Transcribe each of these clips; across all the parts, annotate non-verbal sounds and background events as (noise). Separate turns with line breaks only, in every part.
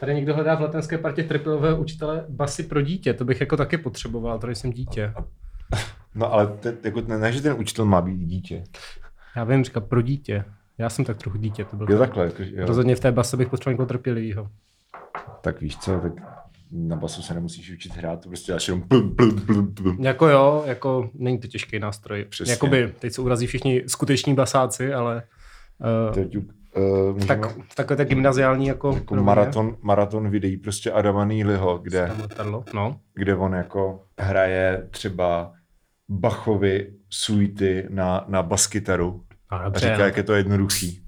Tady někdo hledá v latenské partě trpilového učitele basy pro dítě. To bych jako taky potřeboval, tady jsem dítě.
No ale te, jako, ne, ne, že ten učitel má být dítě.
Já vím, říká pro dítě. Já jsem tak trochu dítě. To byl
Jo, takhle. Jako, jo.
Rozhodně v té base bych potřeboval někoho trpělivého.
Tak víš co, tak na basu se nemusíš učit hrát, to prostě dáš jenom plum, plum, plum, plum.
Jako jo, jako není to těžký nástroj.
Přesně.
Jakoby, teď se urazí všichni skuteční basáci, ale uh,
To je ťuk. Uh, můžeme,
tak, takové tak gymnaziální jako...
jako maraton, maraton videí prostě Adama Nýliho, kde...
Tam letadlo, no.
kde on jako hraje třeba Bachovi suity na, na baskytaru
A
a
dobře,
říká,
no.
jak je to jednoduchý.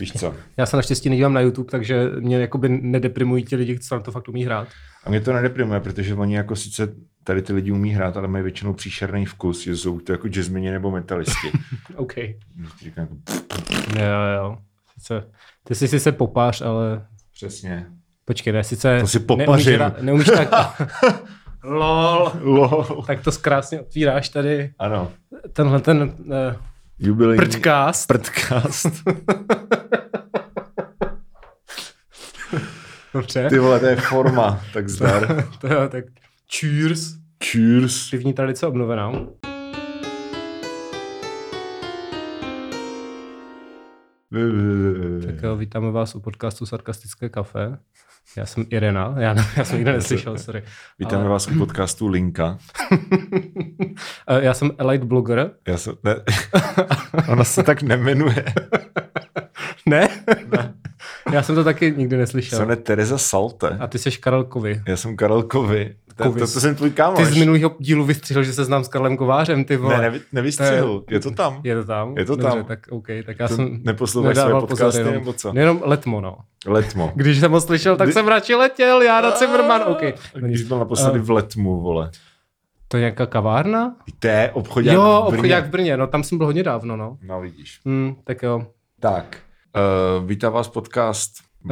Víš co?
Já se naštěstí nedívám na YouTube, takže mě jakoby nedeprimují ti lidi, co na to fakt umí hrát.
A mě to nedeprimuje, protože oni jako sice tady ty lidi umí hrát, ale mají většinou příšerný vkus, že jsou to jako jazzmeni
(laughs)
nebo metalisti.
OK.
Říkám jako,
Jo, jo. Sice, ty jsi sice popář, ale
přesně.
počkej, ne, sice...
To si
neumíš
popařím.
ra- Neumíš,
(laughs)
tak... LOL.
Lol.
Tak to krásně otvíráš tady.
Ano.
Tenhle ten uh,
Jubilejní.
prdcast.
Prdkast.
Dobře.
Ty vole, to je forma. Tak zdar.
(laughs) To jo, tak cheers.
Cheers.
Pivní tradice obnovená. Tak jo, vítáme vás u podcastu Sarkastické kafe. Já jsem Irena, já, ne- já jsem nikdy
(laughs)
neslyšel, sorry.
Vítáme vás u podcastu Linka.
Eh, Já jsem Elite Blogger.
Já se,
(laughs)
ne, ona se tak nemenuje.
Ne? (laughs) Já jsem to taky nikdy neslyšel.
Se jmenuje Tereza Salte.
A ty jsi Karel Kovy.
Já jsem Karel Kovy. To, to, to
Kovis.
jsem tvůj kámoš.
Ty z minulého dílu vystřihl, že se znám s Karlem Kovářem, ty vole.
Ne, nevy, nevystřihl. Je to tam.
Je to tam?
Je to
Dobře,
tam.
tak OK, tak já
To
jsem
neposloucháš své
nedával
podcasty
jenom,
nebo co?
Jenom letmo, no.
Letmo.
Když jsem ho slyšel, tak
Kdy-
jsem radši letěl, já na Zimmerman, OK. No nic.
Když byl naposledy v Letmu, vole.
To je nějaká kavárna?
To je obchodák
jo,
v Brně.
obchodák v Brně, no tam jsem byl hodně dávno, no.
No vidíš.
Hmm, tak jo,
Tak, uh, vítá vás podcast
uh,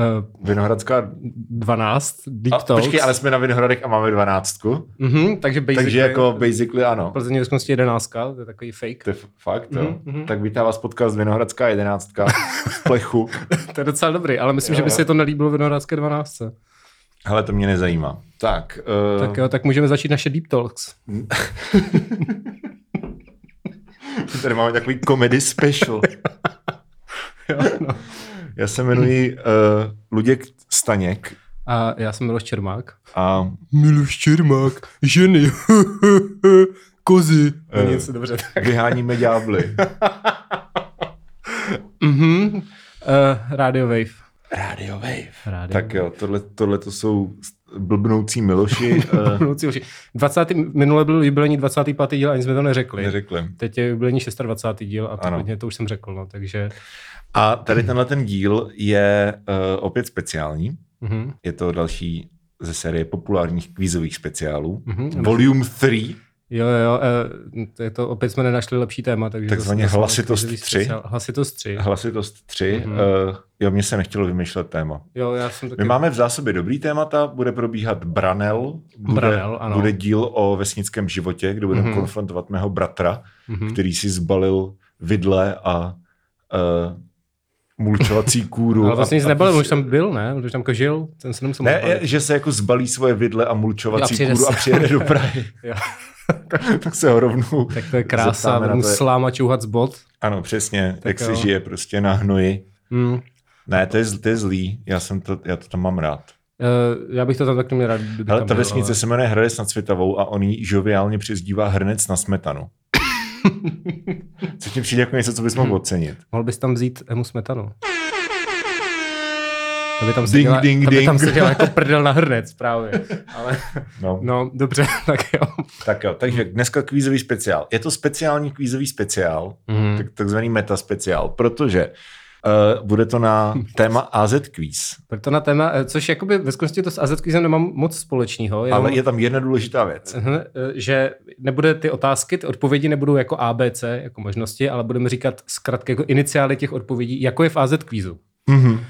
Vinohradská...
12, Deep
A,
Talks.
počkej, ale jsme na Vinohradech a máme dvanáctku.
Mhm, takže basically,
Takže jako basically ano.
Plzeň je v skutečnosti jedenáctka, to je takový fake.
To je f- fakt, jo.
Mhm, mhm.
Tak vítá vás podcast Vinohradská jedenáctka
(laughs)
v plechu.
To je docela dobrý, ale myslím,
Jo,
že by
jo.
se to nelíbilo v Vinohradské 12.
Hele, to mě nezajímá. Tak, uh,
Tak jo, tak můžeme začít naše Deep Talks.
tady máme takový comedy special.
(laughs) Jo, no.
Já se jmenuji uh, Luděk Staněk
A já jsem Miloš Čermák.
a
Miloš Čermák, ženy, (laughs) kozy.
Eh.
No nic, dobře.
vyháníme ďábly.
(laughs) Mhm. Uh, Radio Wave.
Radio Wave.
(laughs) Radio
Tak jo, tohle, tohle to jsou blbnoucí Miloši. Uh,
Mluvící uši. 20. Minule byl jubilejní 25. díl, ani jsme to neřekli.
neřekli.
Teď je jubilejní 26. díl a
Ano.
to, to už jsem řekl, no, takže...
A tady tenhle ten díl je uh, opět speciální.
Mhm.
Je to další ze série populárních kvízových speciálů.
Mhm.
Volume 3.
Jo, jo, jo, eh, to je to, opět jsme nenašli lepší téma, takže...
Takzvaně
zase- zase
hlasitost
takový
tři.
speciál. Hlasitost 3.
Hlasitost 3.
Mhm.
Mm-hmm. Uh, jo, mně se nechtělo vymýšlet téma.
Jo, já jsem taky...
My máme v zásobě dobrý témata, bude probíhat Branel, bude,
Branel, ano.
bude díl o vesnickém životě, kde budeme
Mhm.
mm-hmm. konfrontovat mého bratra,
Mhm.
který si zbalil vidle a uh,
(laughs)
mulčovací kůru.
Ale vlastně
a,
nic
a
nebyl,
pís-
on už tam byl, ne? On už tam jako žil, ten se nemusel
Ne,
moc
je,
bavit.
že se jako zbalí svoje vidle a
A
mulčovací
přijede
kůru a
se-
přijede do Prahy.
(laughs) Jo.
(laughs) tak se ho rovnou
Tak to je krása,
zeptáme na
budu mu
to, jak-
sláma čouhat z bod.
Ano, přesně, jak
jo.
se žije prostě na hnoji.
Mm.
Ne, to je, zl- to je zlý, já, jsem to, já to tam mám rád.
Eh, já bych to tam taky měl rád, kdyby
Hele,
tam
ta
byl,
vesnice se jmenuje Hradec nad Světavou a on ji žoviálně přezdívá Hrnec
(laughs)
na smetanu. Což mi přijde jako něco, co bys
Hmm.
mohl ocenit.
Mohl bys tam vzít Emu Smetanu. To by tam
Ding,
seděla,
ding,
to by tam
ding. (laughs)
seděla jako prdel na hrnec právě. Ale,
No. No.
no dobře, (laughs) tak jo.
Tak jo, takže
Hmm.
dneska kvízový speciál. Je to speciální kvízový speciál,
Mm.
tak, takzvaný meta speciál, protože uh, bude
(laughs)
to na téma AZ Quiz.
Proto na téma, eh, což jakoby ve skutečnosti to s AZ Quizem nemám moc společného, jenom,
Ale je tam jedna důležitá věc.
Mhm, eh, že nebude ty otázky, ty odpovědi nebudou jako ABC, jako možnosti, ale budeme říkat zkrátka jako iniciály těch odpovědí, jako je v AZ Quizu.
Mm-hmm.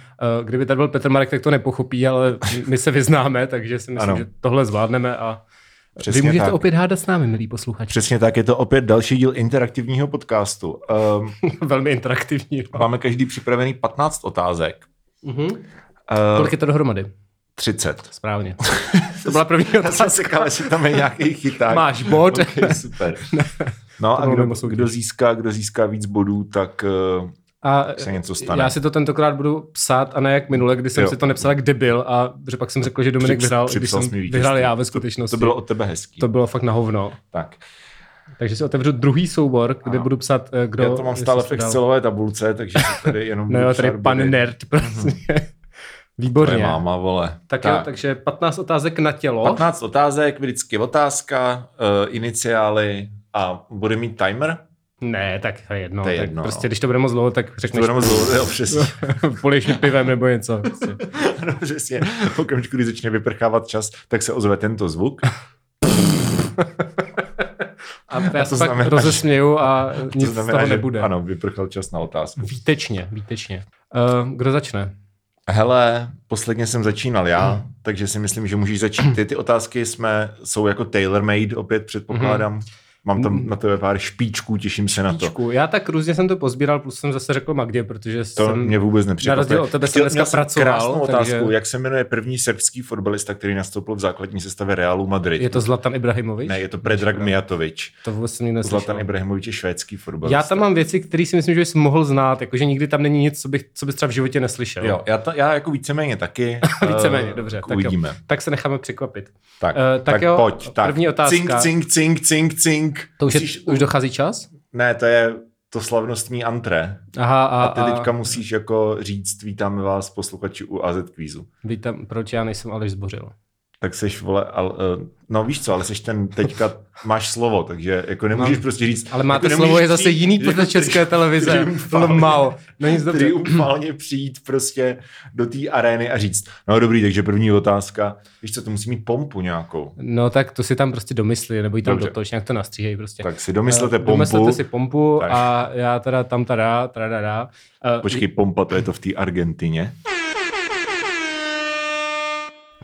Eh, Kdyby tady byl Petr Marek, tak to nepochopí, ale my se vyznáme, (laughs) takže si myslím,
Ano.
že tohle zvládneme a
Přesně
Přesně vy můžete
tak.
tak. opět hádat s námi, milí posluchači.
Přesně tak, je to opět další díl interaktivního podcastu. Um,
(laughs) Velmi interaktivní. no.
máme každý připravený 15 otázek. ehm,
Mhm. Kolik je to dohromady?
30.
Správně. (laughs) To byla první
Já jsem
otázka.
čekal, jestli tam
(laughs)
je nějaký chyták.
Máš bod. (laughs)
Okay, super. No
To
a
bylo
kdo,
mimo soutěž.
kdo, získá, kdo získá víc bodů, tak eh,
A
se něco stane.
já si to tentokrát budu psát a ne jak minule, kdy jsem
Jo.
si to nepsal jak debil a že pak jsem řekl, že Dominik
Přips-
vyhrál, i když
připsal
jsem
jsi mi vítězství.
vyhrál já ve
to
skutečnosti.
bylo od tebe hezký.
prostě- to bylo fakt na hovno.
Tak.
Takže si otevřu druhý soubor, kde
Ano.
budu psat, eh, kdo...
Já to mám stále v
jestli jsi dal-
Excelové tabulce, takže si tady jenom...
(laughs) No
budu
jo, tady
psát
pan
body.
nerd prostě. (laughs)
To je
Výborně.
máma, vole.
Tak, tak jo, takže 15 otázek na tělo.
15 otázek, vždycky otázka, eh, iniciály a bude mít timer?
Ne, tak to je jedno.
To je
tak
jedno,
prostě
no.
když to bude moc dlouho, tak
To
řekneš
budeme zlo- jo, přesně.
(laughs) poliješ mi pivem nebo něco. Prostě.
(laughs) Ano, přesně. V okamžiku, kdy začne vyprchávat čas, tak se ozve tento zvuk.
A já
to
se pak
znamená,
rozesměju a (laughs) nic z toho nebude.
ano, vyprchal čas na otázku.
Výtečně, výtečně. Uh, kdo začne?
Hele, posledně jsem začínal já,
Hmm.
takže si myslím, že můžeš začít. Ty, ty otázky jsme, jsou jako tailor-made, opět předpokládám.
Hmm.
Mám tam na tebe pár špičků, těším se na to.
Píčku. Já tak různě jsem to pozbíral, plus jsem zase řekl Magdě, protože
To
jsem...
mě vůbec nepřekvapuje.
na rozdíl od tebe jsem
Chtěl-
dneska
měl
pracoval,
krásnou
takže-
otázku, jak se jmenuje první srbský fotbalista, který nastoupil v základní sestavě Realu Madrid.
Je to Zlatan Ibrahimovič?
Ne, je to Predrag Mijatovič.
To vůbec jsem nikdo neslyšel.
Zlatan Ibrahimovič je švédský fotbalista.
Já tam mám věci, které si myslím, že bys mohl znát, jakože nikdy tam není nic, co bych, co bys třeba v životě neslyšel.
Jo, já, to, já jako víceméně (laughs) taky.
Víceméně,
eh,
dobře. Tak, jo.
Uvidíme.
tak se necháme překvapit.
Tak,
Eh, tak jo,
pojď. Tak.
první otázka.
Cink, cink, cink, cink, cink.
To už, je,
Musíš-
už dochází čas?
Ne, to je to slavnostní antré.
Aha, a,
A ty teďka musíš jako říct, vítáme vás posluchači u AZ Kvízu.
Vítám, proč já nejsem Aleš Zbořil.
Tak seš, vole, al, eh, no víš co, ale seš ten teďka, máš slovo, takže jako nemůžeš
Mám.
prostě říct.
No. Ale máte
jako
slovo
nemůžeš
je zase
přijít- (laughs)
jiný pro české televize. (laughs)
triumfálně-
Lmal. No nic dobře.
Triumfálně přijít prostě do té arény a říct, no dobrý, takže první otázka, víš co, to musí mít pompu nějakou.
No tak to si tam prostě domyslí, nebo jí tam
Dobře.
dotoč, nějak to nastříhej prostě.
Tak si domyslete
Eh,
pompu.
Domyslete si pompu
Tak.
a já teda tam tada, tada, tada.
Počkej, pompa, to je to v té Argentině. (laughs)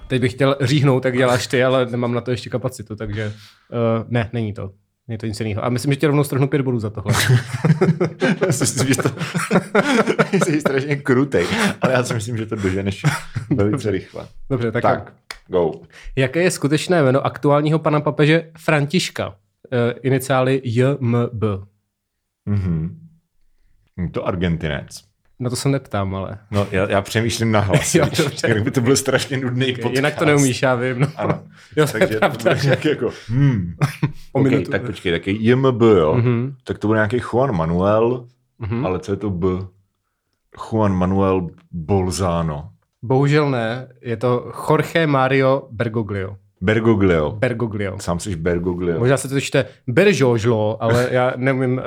Teď bych chtěl říhnout, jak děláš ty, ale nemám na to ještě kapacitu, takže uh, ne, není to. Je to nic jiného. A myslím, že tě rovnou strhnu pět bodů za
(laughs)
tohle.
Jsi, jsi, to, (laughs) jsi strašně krutej, ale já si myslím, že to doženeš velice rychle.
Dobře, tak, tak.
Tak, go.
Jaké je skutečné jméno aktuálního pana papeže Františka? Uh, iniciály JMB.
Mhm. To Argentinec.
Na to se neptám, ale.
No, já, já přemýšlím na
(laughs)
hlas.
Jo,
víš,
dobře.
Jak by to byl strašně nudný okay, podcast.
Jinak to neumíš, já vím. No.
Ano.
Jo, (laughs) to je
Takže to
pravda.
bude nějak jako, hmm.
(laughs) O
okay,
minutu.
tak počkej, tak je JMB, jo.
Mhm,
Tak to bude nějaký Juan Manuel,
mhm.
ale co je to B? Juan Manuel Bolzano.
Bohužel ne, je to Jorge Mario Bergoglio.
Bergoglio.
Bergoglio.
Sám jsi Bergoglio.
Možná se to čte Bergoglio, ale já neumím uh,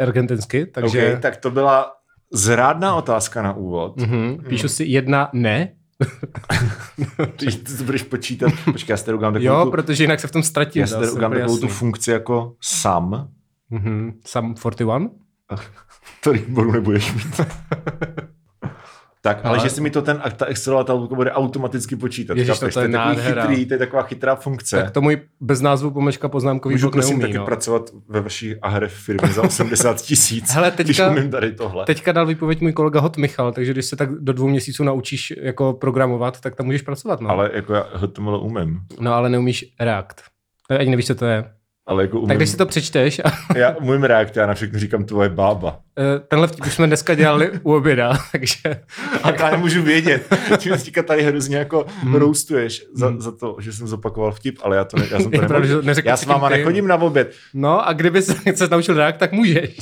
argentinsky, takže
Okay, tak to byla zrádná otázka na úvod.
mhm, píšu si jedna ne,
(laughs) Ty, ty to budeš počítat. Počkej, já si tady udělám takovou,
jo,
tu,
protože jinak se v tom ztratím.
já si tady udělám takovou tu funkci jako sam.
mm-hmm. Sam 41?
Tolik bodů nebudeš
(laughs)
mít. tak, ale,
Ale-
že si mi to ten ta Excelová tabulka bude automaticky počítat.
Ježiš,
chápeš?
to je
takový
nádhera.
chytrý, to je taková chytrá funkce.
Tak to můj bez názvu pomlčka poznámkový
Můžu
blok
prosím
neumí,
taky
no.
pracovat ve vaší AHRF firmě za 80 tisíc,
Hele,
když
teďka-
umím tady tohle.
Teďka dal výpověď můj kolega Hot Michal, takže když se tak do dvou měsíců naučíš jako programovat, tak tam můžeš pracovat. No, ale,
Ale jako já HTML umím.
no, ale neumíš React. Ani nevíš, co to je.
Ale jako umím,
Tak když si to přečteš, a,
já umím react, já na všechno říkám
(laughs)
tvoje bába.
eh, tenhle vtip už jsme dneska dělali u oběda, (laughs) takže
A já nemůžu vědět. (laughs) Tím mě teďka tady hrozně jako hmm. roustuješ za, za, to, že jsem zopakoval vtip, ale já to, ne, já jsem to
Hmm. (laughs) Je
nemohl.
pravda, že neřekl
Já
jsi
s váma
tím ty.
nechodím na oběd.
no a kdyby se, se naučil React, tak můžeš.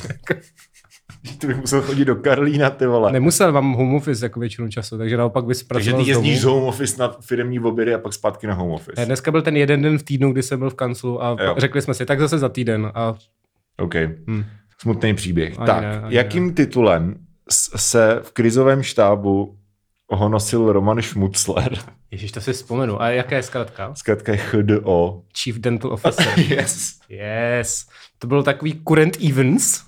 Ty bych musel chodit do Karlína, ty vole.
Nemusel, mám home office jako většinu času, takže naopak bys
Takže
pracoval
ty jezdíš z
domu.
home office na firmní obědy a pak zpátky na home
Ne,
office.
Dneska byl ten jeden den v týdnu, kdy jsem byl v kanclu a
Jo.
jo. řekli jsme si, tak zase za týden a
OK.
Hmm.
Smutný příběh.
Ani
tak,
ne, ani
jakým titulem s- se v krizovém štábu honosil
(laughs)
Roman Šmucler?
Ježíš, to si vzpomenu. A jaká je zkratka?
Zkrátka je HDO.
Chief Dental
(laughs)
Officer.
Yes.
Yes. To byl takový current events.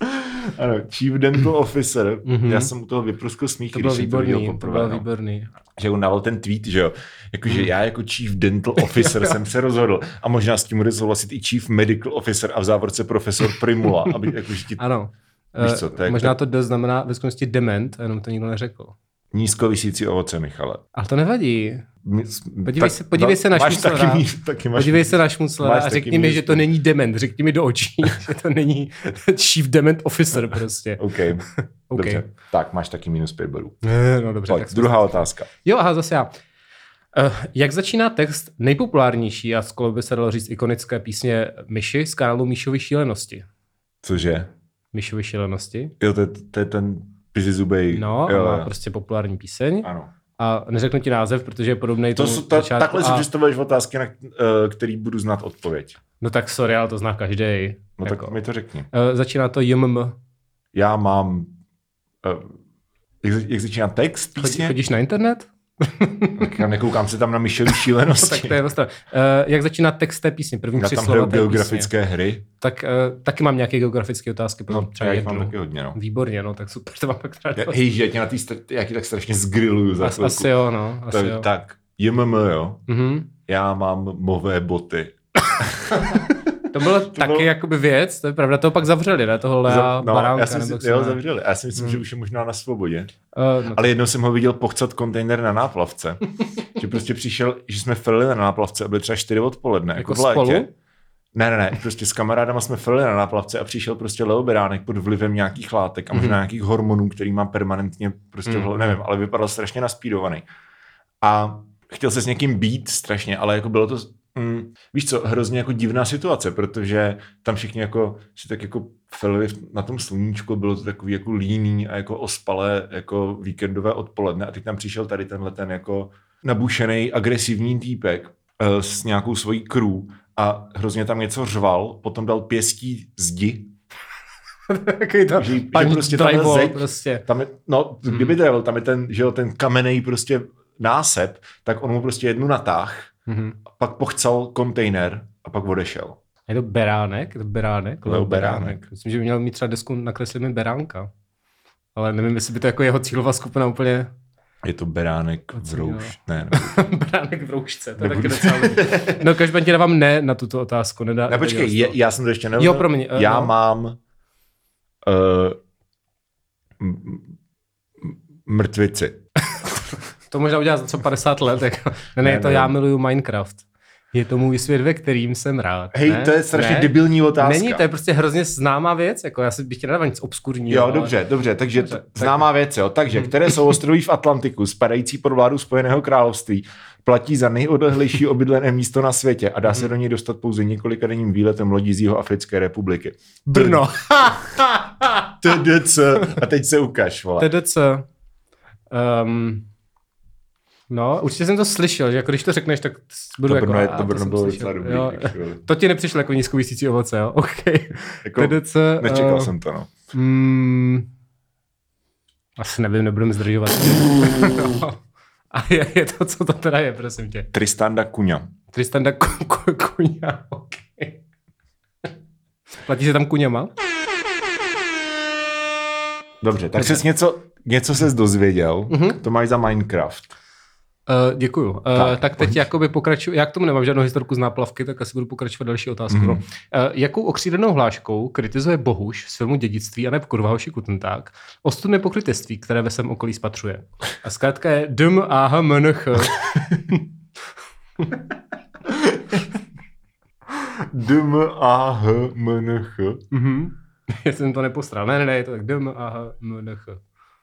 Ano, Chief Dental Officer.
Mhm.
Já jsem u toho vypruskl smích,
To byl
jsem to viděl
výborný. To
poprvé.
byl
no.
výborný.
že on dával ten tweet, že jo, jakože
Hmm.
já jako chief
(laughs)
dental officer jsem se rozhodl a možná s tím bude souhlasit i chief medical officer a v závorce profesor Primula, aby jakože ti...
Ano.
Víš
Eh,
co, to je-
Možná to dost znamená ve skutečnosti dement, a jenom to nikdo neřekl.
Nízkovisící ovoce, Michale.
Ale to nevadí.
M-
Podívej se- podívej se na
máš
Šmuclera.
taky, mí- taky máš
Podívej se na Šmuclera
máš
a
taky
řekni mi,
místo.
že to není dement. Řekni mi do očí, (laughs) že to není chief dement officer prostě.
OK,
OK.
dobře. Tak, máš taky minus pět bodů.
Eh, No dobře,
Pojď,
tak jsme
druhá otázka.
Jo, aha, zase já. Eh, Jak začíná text nejpopulárnější a skoro by se dalo říct ikonické písně Myši z kanálu Míšovy šílenosti?
Cože?
Míšovy šílenosti?
Jo, to je, to je ten pizizubej.
No,
jo,
jo, má
jo.
prostě populární píseň
Ano.
a neřeknu ti název, protože je podobný
To
tomu
jsou, ta,
začátku
takhle si
a-
představuješ otázky, na eh, který budu znát odpověď.
No tak sorry, ale to zná každý.
No
jako.
tak mi to řekni.
Eh, Začíná to JMM.
Já mám... Uh, jak, jak začíná text
Chodí,
písně?
chodíš na internet?
Tak já nekoukám se tam na
(laughs)
Michelin
No, tak
šílenosti.
to je dostav. Eh, Jak začíná text té písně? První
Prostě. já
tři
tam
slova
hraju
té písně.
geografické hry.
Tak eh, taky mám nějaké geografické otázky. pro
No,
tebe,
třeba já jich mám taky hodně, no.
Výborně, no, tak super, to mám pak rád.
Já- Hej, že já tě na té str- já tě tak strašně zgriluju za
As,
chvilku.
asi jo, no. Asi
tak,
jo.
tak, JMM, jo.
Mhm.
Já mám mové boty.
To
(laughs)
bylo to taky
bylo-
jakoby věc, to je pravda, to pak zavřeli, ne? Toho Lea
Za-
no, Baránka.
já jsem
nebo jak
si,
se
jo,
jmenuje.
zavřeli. Já si myslím,
Hmm.
že už je možná na svobodě. (laughs)
Eh, no,
Ale jednou jsem ho viděl pochcat kontejner na náplavce.
(laughs)
že prostě přišel, že jsme frli na náplavce a byly třeba 4 odpoledne.
Jako
Jako, v létě.
spolu?
Ne, ne, ne, prostě s kamarádama jsme frli na náplavce a přišel prostě Leo Beránek pod vlivem nějakých látek a možná
Mhm.
nějakých hormonů, který má permanentně prostě,
Mhm.
mm. nevím, ale vypadal strašně naspídovaný. A chtěl se s někým být strašně, ale jako bylo to, mm, víš co, hrozně jako divná situace, protože tam všichni jako si tak jako frli na tom sluníčku, bylo to takový jako líný a jako ospalé jako víkendové odpoledne a teď tam přišel tady tenhle ten jako nabušený agresivní týpek eh, s nějakou svojí crew a hrozně tam něco řval, potom dal pěstí zdi.
Takový to
Že- že
paní
prostě tahle
drywall
zeď-
prostě.
Tam je, no, kdyby travel, tam je ten, že jo, ten kamenej prostě násep, tak on mu prostě jednu natáh,
Mhm.
a pak pochcal kontejner a pak odešel.
Je to Beránek? Je to Beránek?
Leo Beránek.
Myslím, že by měl mít třeba desku Nakresli mi Beránka. Ale nevím, jestli by to jako jeho cílová skupina úplně...
Je to beránek v
Ocenil.
rouš. Ne,
(laughs) Beránek v roušce, to je taky
Nebudu.
docela... No každopádně dávám ne na tuto otázku. Nedá,
ne počkej,
nedělám
je,
to.
já jsem to ještě
Jo,
neudělal.
promiň. eh,
Já
no.
mám uh, m- m- mrtvici.
To možná udělat za co 50 let. Jako. Ne, ne,
Ne,
je to
ne.
já miluju Minecraft. Je to můj svět, ve kterým jsem rád.
Hej,
ne?
to je strašně
ne?
debilní otázka.
Není, to je prostě hrozně známá věc. Jako já si bych tě nedával nic obskurního.
Jo,
ale-
dobře, dobře, takže
Dobře,
dobře,
tak- Mhm.
známá věc, jo. Takže, které jsou ostroví v Atlantiku, spadající pod vládu Spojeného království, platí za
(laughs)
nejodlehlejší obydlené místo na světě a dá
Mhm.
se do něj dostat pouze několika denním výletem lodí z Jihoafrické republiky. (laughs)
Brno. (laughs)
TDC. A teď se ukáž, vole.
TDC. Um, no, určitě jsem to slyšel, že jako když to řekneš, tak budu
To
jako...
Brno, je,
a,
to Brno
jsem
bylo
slyšel,
docela dobrý.
jo.
actually.
To ti nepřišlo jako nízkovisící ovoce, jo? (laughs) OK.
Jako,
TDC.
nečekal
(laughs) eh,
jsem to, no.
Mm, asi nevím, nebudem
(laughs)
zdržovat. no. A je, je, to, co to teda je, prosím tě.
Tristanda Kuňa.
Tristan da ku, ku, kuňa, (laughs) okay. Platí se tam kuňama?
Dobře, tak jsi něco, něco ses dozvěděl,
Mhm.
to máš za Minecraft.
Uh, děkuju. Uh, tak,
Tak,
tak teď jakoby pokračuju, já k tomu nemám žádnou historku z náplavky, tak asi budu pokračovat další otázkou. Mm. Uh, jakou okřídenou hláškou kritizuje Bohuš z filmu Dědictví a neb kurva hoši kutenták ostud nepokrytectví, které ve svém okolí spatřuje? A zkrátka je dm ah mnch.
Dm a h m n h.
Mhm. Já jsem to nepostral. Ne, ne, ne, je to tak dm ah mnch.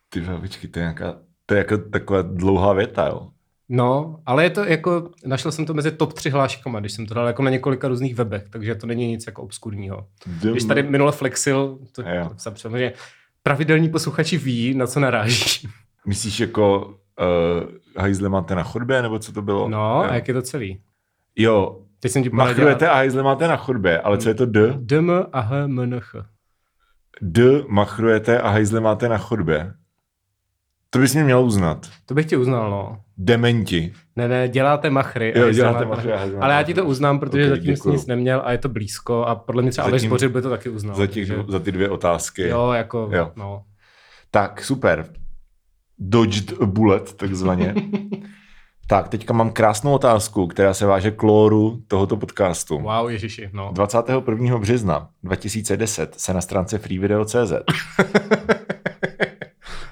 Ty babičky, to je nějaká, to je jako taková dlouhá věta, jo.
No, ale je to jako, našel jsem to mezi top 3 hláškama, když jsem to dal jako na několika různých webech, takže to není nic jako obskurního.
Dm.
Když tady minule flexil, to,
Jo.
to jsem samozřejmě pravidelní posluchači ví, na co naráží.
Myslíš jako uh, hajzle máte na chodbě, nebo co to bylo?
No,
jo.
a jak je to celý?
jo
Teď jsem ti poradil.
machrujete a hajzle máte na chodbě, ale co je to d?
DM a H MNH.
D, machrujete a hajzle máte na chodbě. To bys mě měl uznat.
To bych ti uznal, no.
Dementi.
Ne, ne, děláte machry. a
Jo,
jestli
děláte
máte-
machry a hajzle
Ale já
máte
ti to
na-
uznám, protože
Ok,
zatím jsi
děkuju.
nic neměl a je to blízko a podle mě třeba Aleš
Zatím-
Bořil by to taky uznal.
Za, těch,
no, takže-
za ty dvě otázky.
Jo, jako,
Jo.
no.
Tak, super. Dodged a bullet, takzvaně. tak, teďka mám krásnou otázku, která se váže k lóru tohoto podcastu.
Wow, ježiši, no.
21. března 2010 se na stránce freevideo.cz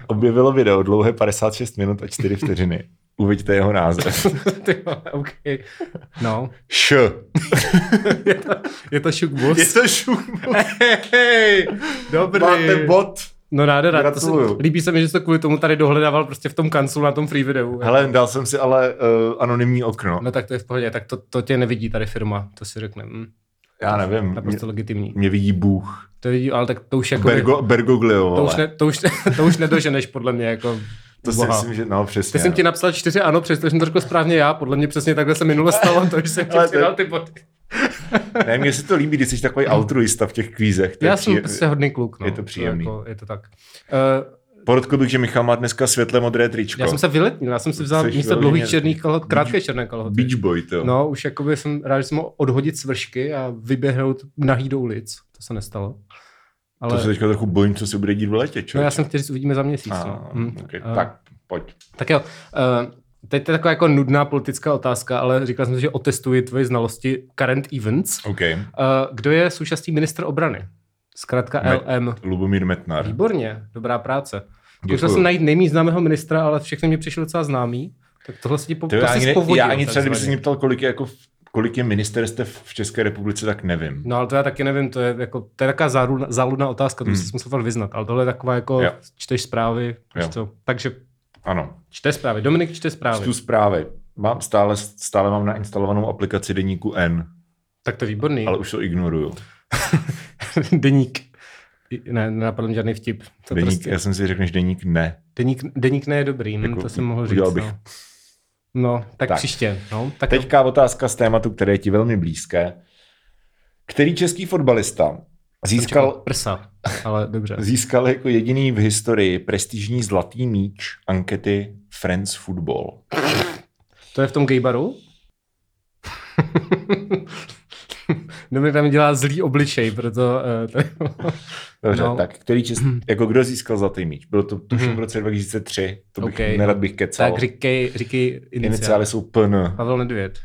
objevilo video dlouhé 56 minut a 4 vteřiny. Uvidíte jeho název.
(laughs) Ty vole, OK. No,
Š.
je to, je to šuk boss.
Je to šum.
Hej, dobrý.
Máte bot.
No nádhera, to se,
Gratuluju.
líbí se mi, že jsi to kvůli tomu tady dohledával prostě v tom kanclu na tom free videu.
Hele, dal jsem si ale uh, anonymní okno.
No tak to je v pohodě, tak to, to tě nevidí tady firma, to si řekne. Hm,
Já nevím. Mě,
naprosto legitimní.
mě vidí Bůh.
To vidí, ale tak to už jako...
Bergo, Bergoglio,
to, už ne,
vole.
to, už, (laughs) to už nedoženeš, podle mě, jako...
To si
boha.
myslím, že no,
Ty
přesně.
jsem
no.
ti napsal čtyři ano, přesto jsem to řekl správně já, podle mě přesně takhle se minule stalo, to, že jsem ti
Ale to-
přidal ty body.
Ne, mně se to líbí, když jsi takový altruista v těch kvízech. To je
Já jsem
příjem-
prostě hodný kluk, no.
je to příjemný.
jako, je to tak. Uh,
Podotkl bych, že Michal má dneska světle modré tričko.
já jsem se vyletnil, já jsem si vzal
Jseš
místo
Jako, vyloženě
dlouhých černých kalhot, krátké černé kalhoty.
Beach boy, to.
No, už jakoby jsem rád, že jsem mohl odhodit svršky a vyběhnout nahý do ulic. To se nestalo.
To se
Ale
teďka trochu bojím, co se bude dít v letě, čo?
no, já jsem chtěl říct, uvidíme za měsíc.
A,
no. Hm.
okay.
A-
Tak, pojď.
Tak jo, eh, teď to je taková jako nudná politická otázka, ale říkal jsem si, že otestuji tvoje znalosti current events.
OK.
Eh, Kdo je současný ministr obrany? Zkrátka
Ne.
LM.
Lubomír Metnar.
Výborně, dobrá práce. Zkoušel
Děkuju.
jsem najít nejméně známého ministra, ale všechny mě přišli docela známý. Tak tohle se ti po,
Ty,
to
já,
jsi
ani, ne-
spovodil,
já ani třeba,
takzvaně.
kdyby se mě ptal, kolik je, jako, v- kolik je ministerstev v České republice, tak nevím.
No ale to já taky nevím, to je, jako, to je taková záludná, záludná otázka, to hmm. se musel fakt vyznat, ale tohle je taková jako,
Jo.
čteš zprávy, víš
Jo.
co. takže
Ano.
čte zprávy, Dominik čte zprávy,
Čtu zprávy. Mám stále, stále mám nainstalovanou aplikaci deníku N,
tak to je výborný,
ale už to ignoruju.
(laughs) deník, I- ne, nenapadl mi žádný vtip, to
Deník,
prostě,
já jsem si řekl, že deník ne.
deník, deník ne je dobrý, jako,
Jako,
to jsem mohl říct,
udělal bych.
no. no, tak,
Tak.
tak, příště, no, tak jo.
Teďka otázka z tématu, které je ti velmi blízké. Který český fotbalista
Čekal
získal
prsa, ale dobře,
získal jako jediný v historii prestižní zlatý míč ankety Friends Football.
to je v tom
(laughs)
gaybaru? (laughs) Dominik tam dělá zlý obličej, proto... eh, to...
Dobře, no.
No.
tak který čes... jako kdo získal zlatý míč? Bylo to tuším v roce 2003, to bych okay.
Okej.
nerad bych kecal.
tak říkej, říkej iniciály.
Iniciály jsou PN.
Pavel Nedvěd.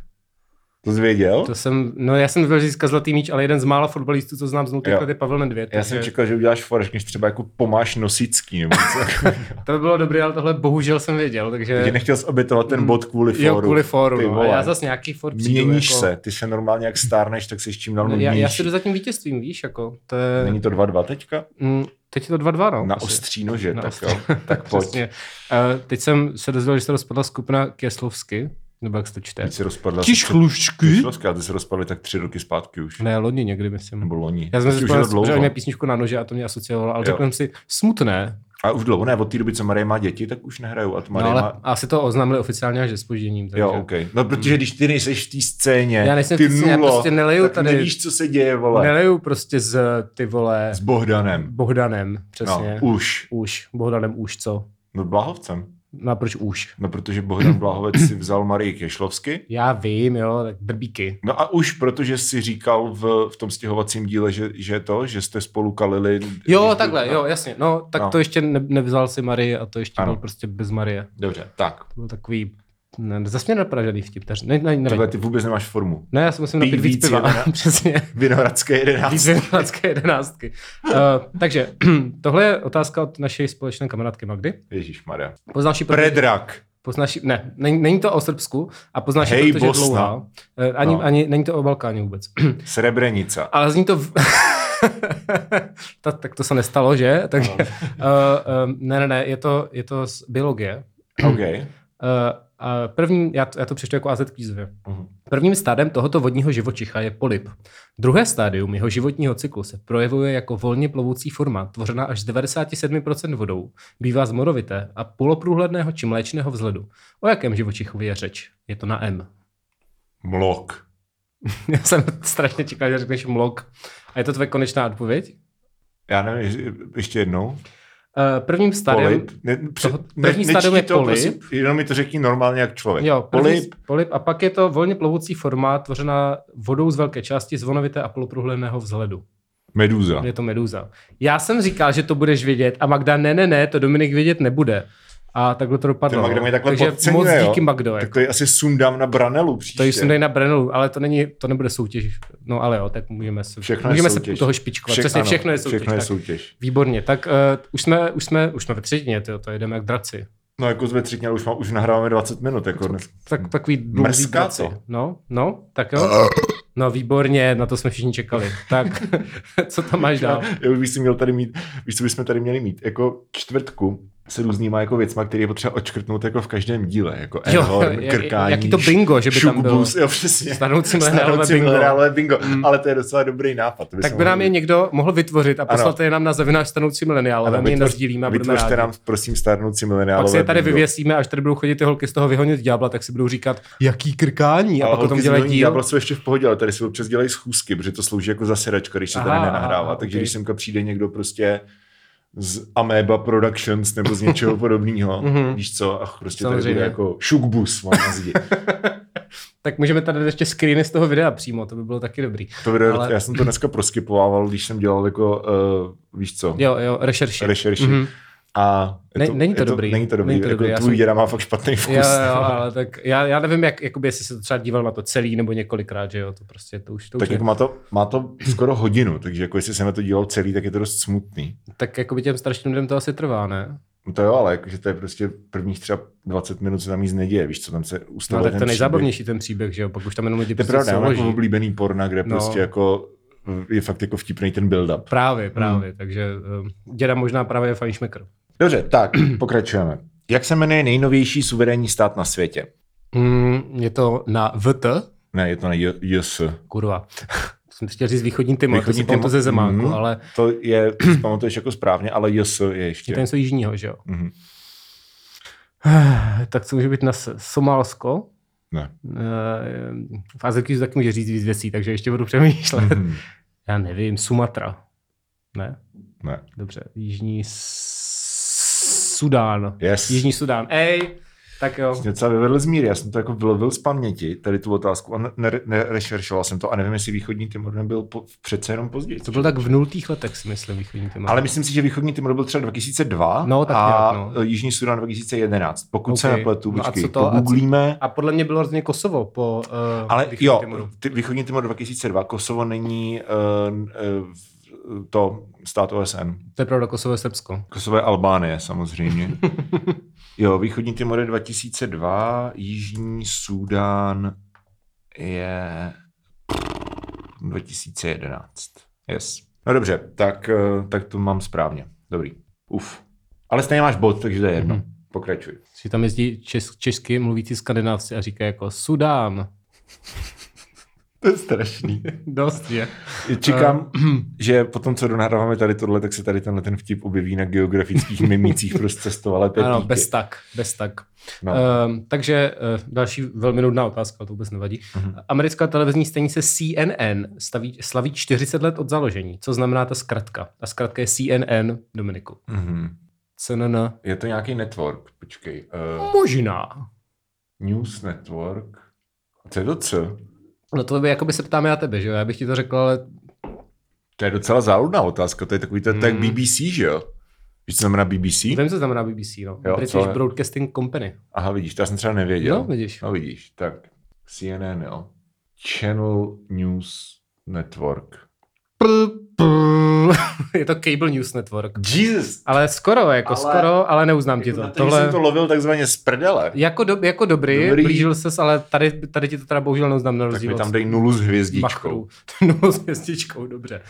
To jsi věděl?
To jsem, no já jsem byl získat zlatý míč, ale jeden z mála fotbalistů, co znám z nultých
Jo.
let, je Pavel Nedvěd.
Já
takže
jsem čekal, že uděláš foreš, než třeba jako pomáš nosický. Nebo
(laughs)
něco.
To by bylo dobré, ale tohle bohužel jsem věděl, takže...
že nechtěl jsi obětovat ten bod kvůli fóru.
Hmm. Jo, kvůli fóru.
Ty
No. A
vole,
já zas nějaký for přijdu,
Měníš
jako...
se, ty se normálně jak stárneš, tak se čím dál
Já, já
měníš.
si jdu za tím vítězstvím, víš, jako. To je...
Není to 2-2 teďka?
Mm, teď je to 2-2, no.
Na
asi.
ostří nože,
Na
tak
ostří.
jo.
(laughs)
Tak pojď.
Přesně. Uh, teď jsem se dozvěděl, že se rozpadla skupina Kieslovsky, nebo jak se to čte.
Teď se rozpadla.
Kišlušky?
Kišlovská, ty se rozpadly tak tři roky zpátky už.
Ne, loni někdy, myslím.
Nebo loni.
Já jsem si
Teď už je to
vzpomněl, že oni
dlouho.
měli písničku na nože a to mě asociovalo, ale
Jo.
řekl jsem si, smutné,
A už dlouho, ne, od té doby, co Marie má děti, tak už nehrajou. A to
no,
Marie
ale
má...
asi to oznámili oficiálně až se spožděním. Takže... Mm.
Jo, OK. No, protože když ty nejseš v té scéně,
Já nejsem v
ty
té scéně, já prostě neleju
tak
tady-
nevíš, co se děje, vole.
Neleju prostě z ty vole
S Bohdanem.
Bohdanem,
No,
přesně. No,
už.
už, Bohdanem už co?
No, Blahovcem.
No a proč už?
No, protože Bohdan Blahovec si vzal Marii Kešlovsky.
Já vím, jo, tak drbíky.
No a už protože si říkal v, v tom stěhovacím díle, že, že to, že jste spolu kalili.
Jo,
když-
takhle, jo, jasně. No, tak
No.
no. to ještě ne, nevzal si Marie a to ještě
Ano.
ano. byl prostě bez Marie.
Dobře, tak.
To byl takový, ne, zase mě nenapadá žádný vtip, takže ne, ne, ne,
Takhle ty vůbec nemáš formu.
ne, já si musím
Pí
napít víc
víc
piva,
jeden,
(laughs)
ne?
přesně.
Vinohradské 11.
Víc jedenáctky,
(laughs)
jedenáctky. Uh, takže (clears throat) tohle je otázka od naší společné kamarádky Magdy.
Ježíš Maria.
Poznáš ji, proto-
Predrag.
Poznáš, ji- ne, není, není to o Srbsku a poznáš
Hej,
ji, protože
Bosna.
je dlouhá. Eh, Ani,
No.
no. ani, není to o Balkáně vůbec. (clears throat)
Srebrenica.
Ale zní to... V... (laughs) Ta, tak to se nestalo, že? Takže, no. uh, ne, ne, ne, je to, je to z biologie.
OK.
Uh, a první, já to, já to přečtu jako AZ kvízově.
Mhm.
Prvním stádem tohoto vodního živočicha je polyp. Druhé stádium jeho životního cyklu se projevuje jako volně plovoucí forma, tvořená až z 97% vodou, bývá zmorovité a poloprůhledného či mléčného vzhledu. O jakém živočichovi je řeč? Je to na M. (laughs)
Mlok.
Já jsem strašně čekal, že řekneš mlok. A je to tvoje konečná odpověď?
Já nevím, je- ještě jednou.
Uh, prvním stádiem...
Polyp. Ne, pře-
Toho- první stadium
nečti
je polyp.
prosím, jenom mi to řekni normálně jak člověk.
Jo, první,
polyp.
polyp. polyp. A pak je to volně plovoucí forma, tvořená vodou z velké části, zvonovité a poloprůhledného vzhledu.
Meduza.
Je to medúza. Já jsem říkal, že to budeš vědět a Magda, ne, ne, ne, to Dominik vědět nebude. A takhle to dopadlo.
Ty Magda
no.
mě takhle
Takže
podceňuje,
moc
jo?
díky Magdo.
Tak
Jako.
to ji asi sundám na branelu
To
příště.
již jsem tady na Brennelu, ale to není, to nebude soutěž. No ale jo, tak můžeme se,
Všechno je
můžeme se
soutěž.
u toho špičkovat.
Vše-
Přesně,
ano,
všechno je soutěž.
Všechno je
tak.
soutěž.
Výborně, tak uh, už, jsme, už, jsme, už jsme ve třetině, tyjo, to jedeme jak draci.
No jako jsme tři dny, ale už, má, už nahráváme 20 minut. Jako dnes.
Tak, takový dlouhý
Mrská
draci.
to.
No, no, tak jo. No výborně, na to jsme všichni čekali. Tak, (laughs) co tam máš dál?
Já už bych si měl tady mít, víš, co bychom tady měli mít, jako čtvrtku se různýma jako věcma, které je potřeba očkrtnout jako v každém díle, jako
Jo,
Airhorn,
jak-
krkání,
jaký to bingo, že by tam bylo.
Šugubus, jo, přesně. (laughs)
Stanoucím hledalové
Stanoucím
bingo. Mm.
hledalové bingo. Ale to je docela dobrý nápad. to
Tak
jsme
by nám
mohli-
je někdo mohl vytvořit a
Ano.
poslat je nám na zavináč stanoucí mileniál,
Ano,
a my je
vytvoř-
nazdílíme a budeme
Vytvořte
rádi.
nám, prosím, stárnoucí mileniálové
Pak si je tady
bingo.
vyvěsíme, až tady budou chodit ty holky z toho vyhonit ďábla, tak si budou říkat, jaký krkání, a
Ale
pak o tom
holky z
dělají
Dolní
díl.
Ďábel jsou ještě v pohodě, ale tady si občas dělají schůzky, protože to slouží jako zasedačka, když se tady
Aha,
nenahrává.
aha,
Takže
ok.
když semka přijde někdo prostě z Ameba Productions nebo
(laughs)
z něčeho podobného,
Mhm.
víš co, ach, prostě Samozřejmě. tady
Samozřejmě.
bude jako šukbus mám na zdi.
Tak můžeme tady dát ještě screeny z toho videa přímo, to by bylo taky dobrý.
To
(laughs)
video,
Ale-
ale... já jsem to dneska proskypoval, když jsem dělal jako, uh, víš co,
Jo, jo, rešerši.
rešerši.
Mhm.
A je
Ne- není to
je
dobrý.
Není to dobrý,
Není to dobrý, já
jako tvůj
jsem-
děda má fakt špatný vkus.
Jo, jo, ale tak já, já nevím, jak, jakoby, jestli se to třeba díval na to celý nebo několikrát, že jo, to prostě to už, to
Tak
už ne.
jako má to, má to skoro hodinu, takže jako jestli jsem na to dělal celý, tak je to dost smutný.
tak jakoby těm starším lidem to asi trvá, ne?
No to jo, ale jakože to je prostě prvních třeba 20 minut se tam nic neděje, víš, co tam se
No,
ustavuje
tak
ten
to
příběh.
nejzábavnější ten příběh, že jo, pak už tam jenom lidi
To je pravda,
prostě
já mám jako
souloží.
oblíbený porna, kde
No.
no. prostě jako je fakt jako vtipný ten build-up.
Právě, právě, takže um, děda možná právě je fajnšmekr.
Dobře, tak (clears throat) pokračujeme. Jak se jmenuje nejnovější suverénní stát na světě?
Mm, je to na VT,
Ne, je to na J- JS.
kurva, (laughs) jsem chtěl říct východní Timor,
Východní
východní to Timor.
Timor,
ze zemáku,
mhm.
ale
To je, (clears throat) pamatuješ jako správně, ale JS je
je
ještě.
to něco jižního, že jo. (sighs)
Mhm.
tak co může být na S- Somálsko,
Ne.
Eh, v Azerkizu taky může říct víc věcí, takže ještě budu přemýšlet.
Mhm.
(laughs) Já nevím, Sumatra. Ne?
ne.
Dobře. Jižní S- Sudán.
Yes.
Jižní Sudán. Ej, tak jo.
Jsi Vlastně docela vyvedl z míry, já jsem to jako vylovil z paměti, tady tu otázku a nerešeršoval ne, nerešeršoval jsem to a nevím, jestli východní Timor nebyl po, přece jenom později.
To byl tak v nultých letech, si myslím, východní Timor.
Ale myslím si, že východní Timor byl třeba 2002
No, tak
a
nějak, no.
Jižní Sudan 2011. Pokud okay. se
Ok.
nepletu,
No a
počkej,
co
no
to- a co-
pogooglíme.
A podle mě bylo rozhodně Kosovo po uh,
Ale
východní
jo,
Timoru.
ty, východní Timor 2002, Kosovo není uh, uh, to stát OSN.
To je pravda, Kosovo je
(laughs)
Srbsko.
Kosovo je Albánie samozřejmě. jo, východní Timor je 2002, Jižní Súdán je 2011. Yes. No dobře, tak, eh, tak to mám správně. Dobrý. Uf. Ale stejně máš bod, takže to je jedno. Pokračuj.
Že tam jezdí čes, česky mluvící skandinávci a říkají jako Sudán.
To je strašný.
Dost, že?
Čekám, že potom, co donahráváme tady tohle, tak se tady tenhle ten vtip objeví na geografických mimících prostě pro cestovalé pepíky.
Ano, bez tak, bez tak.
No.
No. takže uh, další velmi nudná otázka, ale to vůbec nevadí.
Mhm.
Americká televizní stanice CNN staví, slaví 40 let od založení. Co znamená ta zkratka? Ta zkratka je CNN, Dominiku.
Mhm.
CNN.
Je to nějaký network, počkej. Uh...
Možná.
News Network. To je docela,
No to by, jakoby se ptám já tebe, že jo? Já bych ti to řekl, ale
to je docela záludná otázka. To je takový, to, je- to je jak
Mm.
BBC, že jo? Víš, co znamená BBC?
vím, co znamená BBC, no.
Jo,
Jo,
co
British
je?
Broadcasting Company.
Aha, vidíš, to já jsem třeba nevěděl.
No, vidíš. (laughs)
No, vidíš, tak. CNN, jo. Channel News Network.
je to Cable News Network.
Jesus!
Ale skoro, jako
Ale-
ale, skoro, ale neuznám ti
Jako na
to.
to, tohle... jsem to lovil takzvaně z prdele.
Jako, do, jako dobrý,
Dobrý.
dobrý, blížil ses, ale tady, tady ti to teda bohužel neuznám na
Tak
rozdíl
mi
od
tam dej nulu s
(laughs)
hvězdičkou.
Bachru. No, s hvězdičkou, dobře.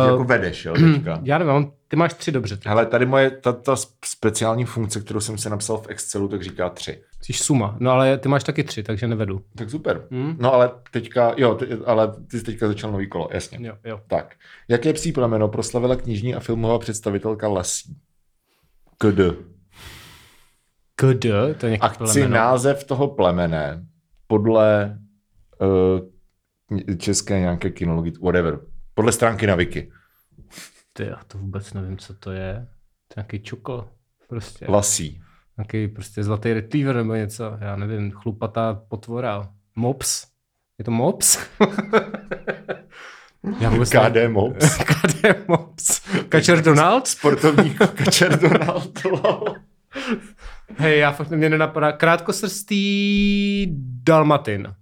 Uh, jako
Uh, (clears throat)
vedeš, jo, teďka.
já nevím, mám- ty máš tři dobře. Ty.
Hele, tady moje ta, ta speciální funkce, kterou jsem si napsal v Excelu, tak říká tři.
Jsi suma, no ale ty máš taky tři, takže nevedu.
Tak super.
Hm?
No ale teďka, jo, te, ale ty jsi teďka začal nový kolo, jasně.
Jo, jo.
Tak. Jaké psí plemeno proslavila knižní a filmová představitelka Lesí? KD.
KD, to je nějaký no.
Akci plemeno. název toho plemene podle uh, české nějaké kinology, whatever. Podle stránky na Wiki.
Ty, já to vůbec nevím, co to je. To je nějaký čukl. Prostě.
Lasí.
Nějaký prostě zlatý retriever nebo něco. Já nevím, chlupatá potvora. Mops. Je to
(laughs)
mops? já vůbec nevím. (laughs)
KD Mops.
KD mops. Kačer Donald?
Sportovní kačer Donald.
Hej, já fakt mě nenapadá. Krátkosrstý Dalmatin.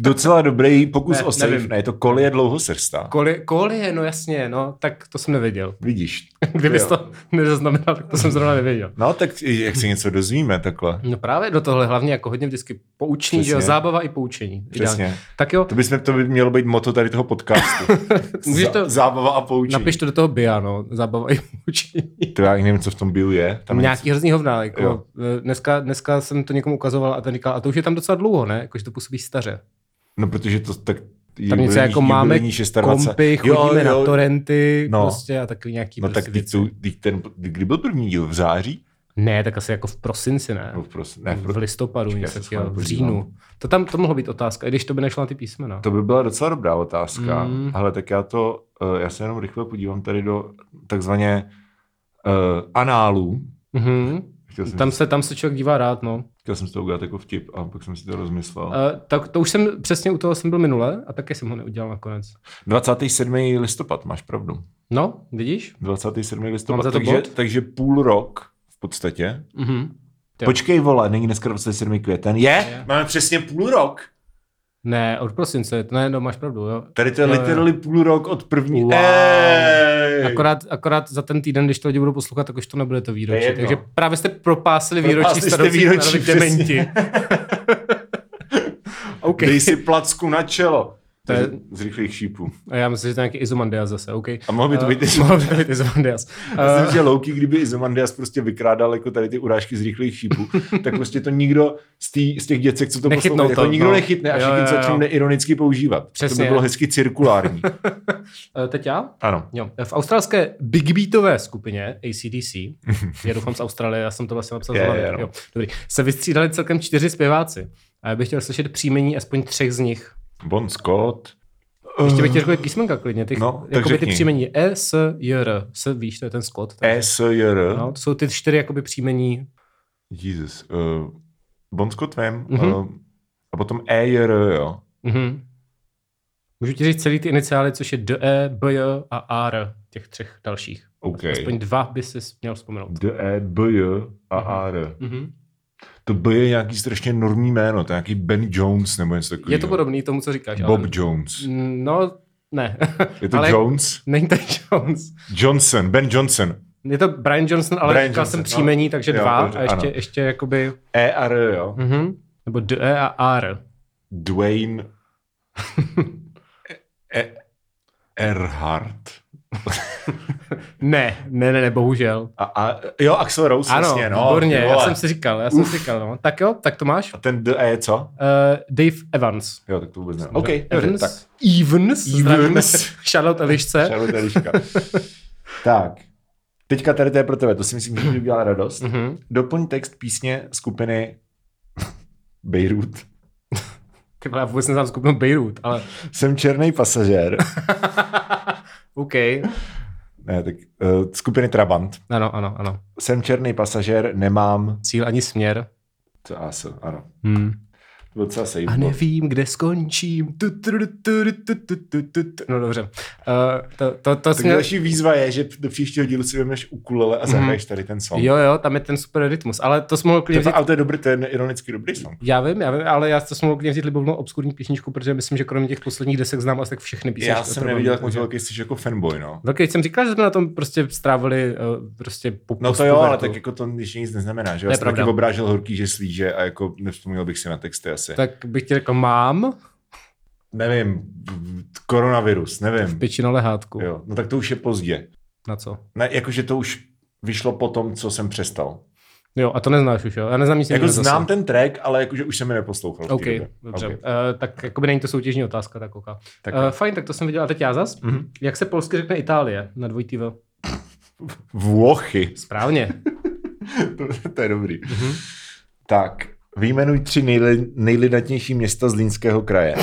Docela dobrý pokus
Ne,
ne, o safe.
nevím.
Ne, je to kolie dlouhosrstá.
Koli, koli je, no jasně, no, tak to jsem nevěděl. (laughs)
Vidíš.
Kdybys
Jo.
to nezaznamenal, tak to jsem zrovna nevěděl.
No tak jak se něco dozvíme takhle.
No právě do tohle hlavně jako hodně vždycky poučný, že jo,
Přesně.
zábava i poučení. Ideální.
Přesně.
Tak jo,
To by, jsme, to by mělo být moto tady toho podcastu.
(laughs) Můžeš to-
Zá- Zábava a poučení.
napiš to do toho bia, no, zábava i poučení.
To já ani nevím, co v tom biu je. Tam
Tam
je
nějaký hrozný hovna, jako,
Jo.
eh, dneska, dneska jsem to někomu ukazoval a ten říkal, a to už je tam docela dlouho, ne, jakože to působí staře.
No protože to tak...
Tam něco jako máme kompy, chodíme na torenty,
No.
prostě a takový nějaký
No
prostě
tak ty,
věci.
tu, ty, ten, kdy byl první díl? V září?
Ne, tak asi jako v prosinci, ne?
No, prostě, ne,
v
v
listopadu,
Počkej, já
něco
se
takového, v
schválně
říjnu. To tam to mohlo být otázka, i když to by nešlo na ty písmena.
to by byla docela dobrá otázka.
Mm.
Mm. Hele, tak já to, eh, já se jenom rychle podívám tady do takzvaně uh, análů.
Mhm.
Chtěl jsem,
Tam se, tam se člověk dívá rád, no.
chtěl jsem si to udělat jako vtip a pak jsem si to rozmyslel.
Uh, tak to už jsem, přesně u toho jsem byl minule a taky jsem ho neudělal nakonec.
27. listopad, máš pravdu.
No, vidíš?
27.
Mám
listopad,
za to
takže,
bod?
takže půl rok v podstatě.
Mhm. Jo.
Počkej, vole, není dneska 27. květen. Je?
Je.
Máme přesně půl rok.
Ne, od prosince, ne, no máš pravdu, jo.
Tady to je
Jo, jo.
literally půl rok od první.
Wow.
Ej!
Akorát, akorát za ten týden, když to lidi budou poslouchat, tak už to nebude to
To
výročí.
je jedno.
Takže právě jste propásli výročí
Propásli jste
starosti
výročí,
dementi. OK.
Dej si placku na čelo.
To je-
Z rychlých šípů.
A já myslím, že to je nějaký Izomandias zase, OK.
A mohl by to
Eh,
být Izomandias.
Mohl by to být Izomandias.
Já
Eh,
Myslím, že Loki, kdyby Izomandias prostě vykrádal jako tady ty urážky z
(laughs)
rychlých šípů, tak prostě to nikdo z, tý, z těch děcek, co to
Nechytnou
poslouchají,
to,
jako nikdo
no.
nechytne a
Jo, jo,
všichni
jo.
začnou neironicky používat. To
Přesně.
by bylo
(laughs)
hezky cirkulární.
eh, Teď já?
Ano.
Jo. V australské Big Beatové skupině ACDC,
(laughs)
já doufám z Austrálie, já jsem to vlastně napsal z
Je,
hlavy,
je, no.
jo, dobrý, se vystřídali celkem čtyři zpěváci. A já bych chtěl slyšet příjmení aspoň třech z nich.
Bon Scott.
Ještě bych ti řekl písmenka klidně, ty,
Eh, No,
no,
tak
jakoby ty
řekni. E,
příjmení E, S, J, R, S, víš, to je ten Scott. tak-
S.J.R.
No, to jsou ty čtyři jakoby příjmení.
Jesus. Uh, bon Scott vím.
Mhm.
Uh, a potom E, E.J.R. jo.
Mhm. Můžu ti říct celý ty iniciály, což je D, E, B, J a A, R, těch třech dalších.
OK.
Aspoň dva by si měl vzpomenout.
D, E, B, J a R.
Mhm.
To B je nějaký strašně normní jméno, to je nějaký Ben Jones nebo něco takového.
Je to podobný tomu, co říkáš.
Bob
ale...
Jones.
No, ne. (laughs)
Je to
ale
Jones?
Není to Jones.
Johnson, Ben Johnson.
Je to Brian Johnson, ale
Brian
Brian říkal
Johnson,
jsem příjmení,
no.
takže
Jo,
dva.
dobře,
a ještě,
ano.
ještě jakoby...
E a R, jo.
Mhm. Nebo D, E a R.
Dwayne
(laughs)
e, e, Erhard.
Ne, ne, ne, ne, bohužel.
A, a, jo, Axel Rose,
Ano,
jasně, no.
výborně,
ty
já
vole.
jsem si říkal, já jsem si říkal, no. Tak jo, tak to máš.
A ten D E je co?
Uh, Dave Evans.
Jo, tak to vůbec nevím. OK, dobře,
Evans.
tak.
Evans. zdravíme. (laughs)
Evans.
Shoutout Elišce.
Charlotte Eliška. (laughs) tak. Teďka tady to je pro tebe, to si myslím, že by udělala radost.
Mhm.
Doplň text písně skupiny (laughs) Beirut.
Ty vole, já vůbec neznám skupinu Beirut,
(laughs)
ale
Jsem
(laughs)
černý pasažér.
OK.
Ne, tak uh, skupiny Trabant.
Ano, ano, ano.
Jsem černý pasažér, nemám...
Cíl ani směr.
To asi, ano.
Hmm.
To Docela sejm.
A nevím, kde skončím. Tu, tu, tu, tu, tu, tu, tu, tu, tu. No dobře. Uh, to, to, to
Tak
směl-
další výzva je, že do příštího dílu si vemeš ukulele a zahraješ tady ten song.
Mhm. Jo, jo, tam je ten super rytmus, ale to jsem mohl
No. To
klidně
je,
vzít.
ale to je dobrý, to je ironicky dobrý song.
Já vím, já vím, ale já to jsem mohl klidně vzít libovnou obskurní písničku, protože myslím, že kromě těch posledních desek znám asi tak všechny písničky.
Já jsem
Opravdu,
neviděl, jak moc
takže-
velký jsi jako fanboy, no.
Velký jsem říkal, že jsme na tom prostě strávili uh, prostě popu
No to jo, ale tak jako to když nic neznamená, že?
To je
Já jsem taky
pravda.
obrážel horký, že slíže a jako nevzpomněl bych si na texty asi. Tak.
tak bych ti řekl, mám
Nevím, koronavirus, nevím.
piči na lehátku.
Jo, no tak to už je pozdě.
Na co?
Ne, jakože to už vyšlo po tom, co jsem přestal.
Jo, a to neznáš už, jo? Já neznám nic
Jako
jiného zase.
znám ten track, ale jakože už jsem je neposlouchal. v té
OK,
době.
dobře.
OK.
Okay. Uh, tak jakoby není to soutěžní otázka, tak oka.
Tak
uh, fajn, tak to jsem viděl. A teď já zas.
Mhm.
Jak se polsky řekne Itálie na dvojitý V?
Vlochy.
Správně.
(laughs) To- to je dobrý.
Mhm.
Tak, výjmenuj tři nejli, nejlidnatější města z Línského kraje.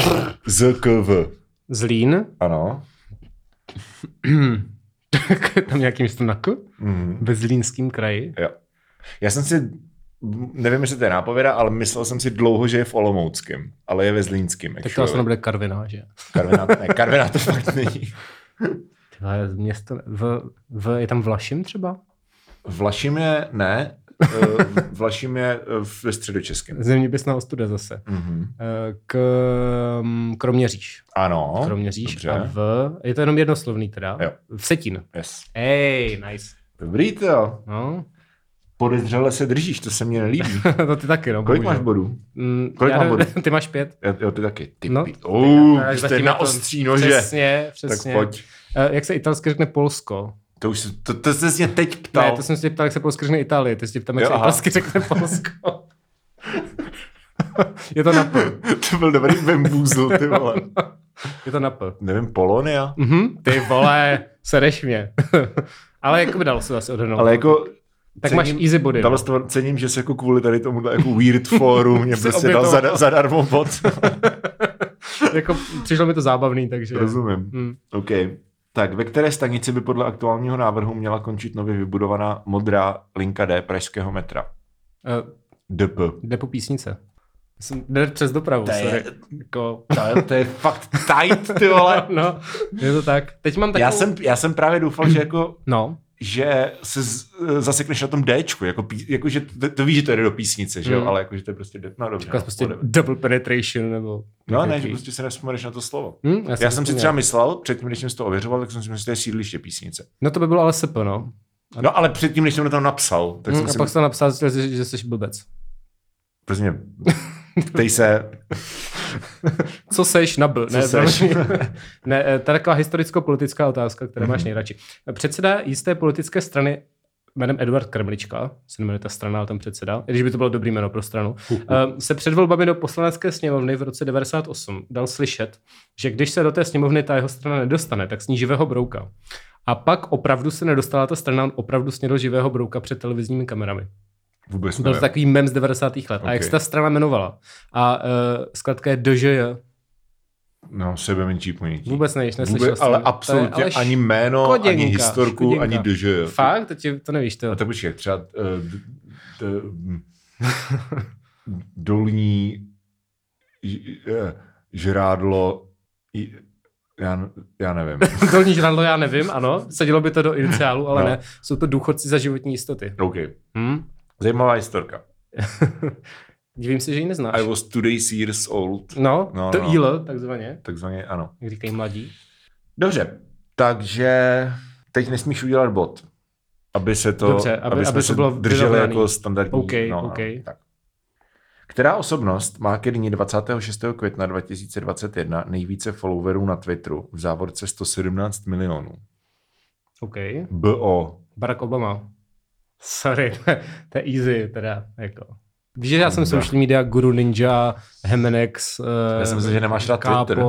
ZKV.
Zlín. (laughs)
Ano.
Tak je tam nějaký místo na K?
Mhm.
Ve Zlínském kraji.
Jo. Já jsem si, nevím, jestli to je nápověda, ale myslel jsem si dlouho, že je v Olomouckém, ale je ve Zlínském.
Tak to asi nebude Karviná, že?
Karviná,
(laughs)
ne, Karviná to fakt není.
Tyhle, město, v, v, je tam Vlašim třeba?
Vlašim je, ne, Vlašim je eh, ve středočeském.
Zeměpisná ostuda zase.
Mhm.
Eh, K, mm, kroměříž.
Ano.
Kroměříž
No, dobře.
a v... Je to jenom jednoslovný teda.
Jo.
Vsetín.
Yes.
Ej, nice.
Dobrý to.
No, (laughs)
Podezřele se držíš, to se mně nelíbí.
to ty taky, no.
Kolik
bohužel.
máš bodů?
Mm,
kolik
já
mám
nevím, (laughs) Ty máš pět.
Jo, Jo, ty taky. Ty,
No,
no, uh,
Ale
ty jste
zatím
na
je to-
ostří nože.
Přesně,
tak
přesně.
pojď.
Eh, Jak se italsky řekne Polsko?
To už se, to, to jste se mě teď
Ne,
ptal.
to jsem se tě ptal, jak se polsky řekne Itálie. Ty jsi tě ptal, jak
Jo,
se
aha.
italsky řekne Polsko. (laughs) je to na P.
(laughs) to byl dobrý bambuzl, ty vole.
Je to na P.
Nevím, Polonia?
Mhm, ty vole, sedeš mě. (laughs) Ale jako by dal se asi odhadnout.
Ale jako...
tak máš easy body.
Dalo
No.
se to, cením, že se jako kvůli tady tomuhle jako
(laughs)
weird foru mě
Si
prostě dal
obětoval.
zada-
(laughs)
zadarmo bod.
Jako, přišlo mi to zábavný, takže...
Rozumím.
Hm.
OK. Tak, ve které stanici by podle aktuálního návrhu měla končit nově vybudovaná modrá linka D pražského metra?
Eh,
DP.
Jde po písnice. Jsem, jde přes dopravu,
To je-
sorry. Jako,
To, to je fakt tight, ty vole.
(laughs) no, je to tak. Teď mám takovou...
Já jsem, já jsem právě doufal, že jako
No,
že se z, zasekneš na tom Dčku, jako, pí, jako že to, to víš, že to jde do písnice, že jo,
Mm.
ale jako, že to je prostě, d- no dobře.
jako prostě
whatever.
double penetration, nebo...
no ne, že prostě se nevzpomeneš na to slovo.
Hm,
Já, jsem si třeba myslel, předtím, než jsem si to ověřoval, tak jsem si myslel, že to je sídliště písnice.
No to by bylo ale sep, no.
No ale předtím, než jsem to tam napsal, tak
Hm,
jsem
a
si
pak jsem napsal, že, že jsi blbec.
prostě,
(laughs)
ptej se,
Co seš na B?
Co seš?
(laughs) ne, eh, to je taková historicko-politická otázka, kterou
Mhm.
máš nejradši. Předseda jisté politické strany jménem Eduard Kremlička, se jmenuje ta strana, ale tam předseda, i když by to bylo dobrý jméno pro stranu, eh, se před volbami do poslanecké sněmovny v roce 98 dal slyšet, že když se do té sněmovny ta jeho strana nedostane, tak sní živého brouka. A pak opravdu se nedostala ta strana, on opravdu snědl živého brouka před televizními kamerami.
vůbec
Byl to
nevím.
takový mem z 90. let. A jak
Ok.
se ta strana jmenovala? A uh, zkrátka je DŽJ.
No, sebe menší ponětí.
Vůbec nevíš, neslyšel
Vůbec,
jsem.
ale
To je
absolutně
ale
ani jméno,
škodinka,
ani historku,
škodinka.
ani dž.
Fakt? To, ti, to nevíš to.
A tak počkej, třeba uh, d, d, m, dolní ž, eh, žrádlo, i- já, n- já nevím.
(laughs)
(laughs)
Dolní žrádlo já nevím, ano. Sedělo by to do iniciálu, ale
No.
ne. Jsou to důchodci za životní jistoty.
OK,
Hm? (laughs)
zajímavá historka.
Divím se, že ji neznáš.
I was today's years old.
No,
No,
to
no.
jíl, takzvaně,
Takzvaně ano.
jak říkají mladí.
Dobře, takže teď nesmíš udělat bod. Aby se to,
Dobře, aby-
jsme
aby to
se
bylo
drželi
vyrovnaný.
jako standardní. no,
OK, OK.
tak. Která osobnost má ke dni 26. května 2021 nejvíce followerů na Twitteru v závorce 117 milionů?
OK.
BO.
Barack Obama. Sorry, (laughs) to je easy, teda, jako. Víš, že já jsem
Kurva.
social media guru ninja, Hemenex,
Já jsem myslel, že nemáš rád Twitter.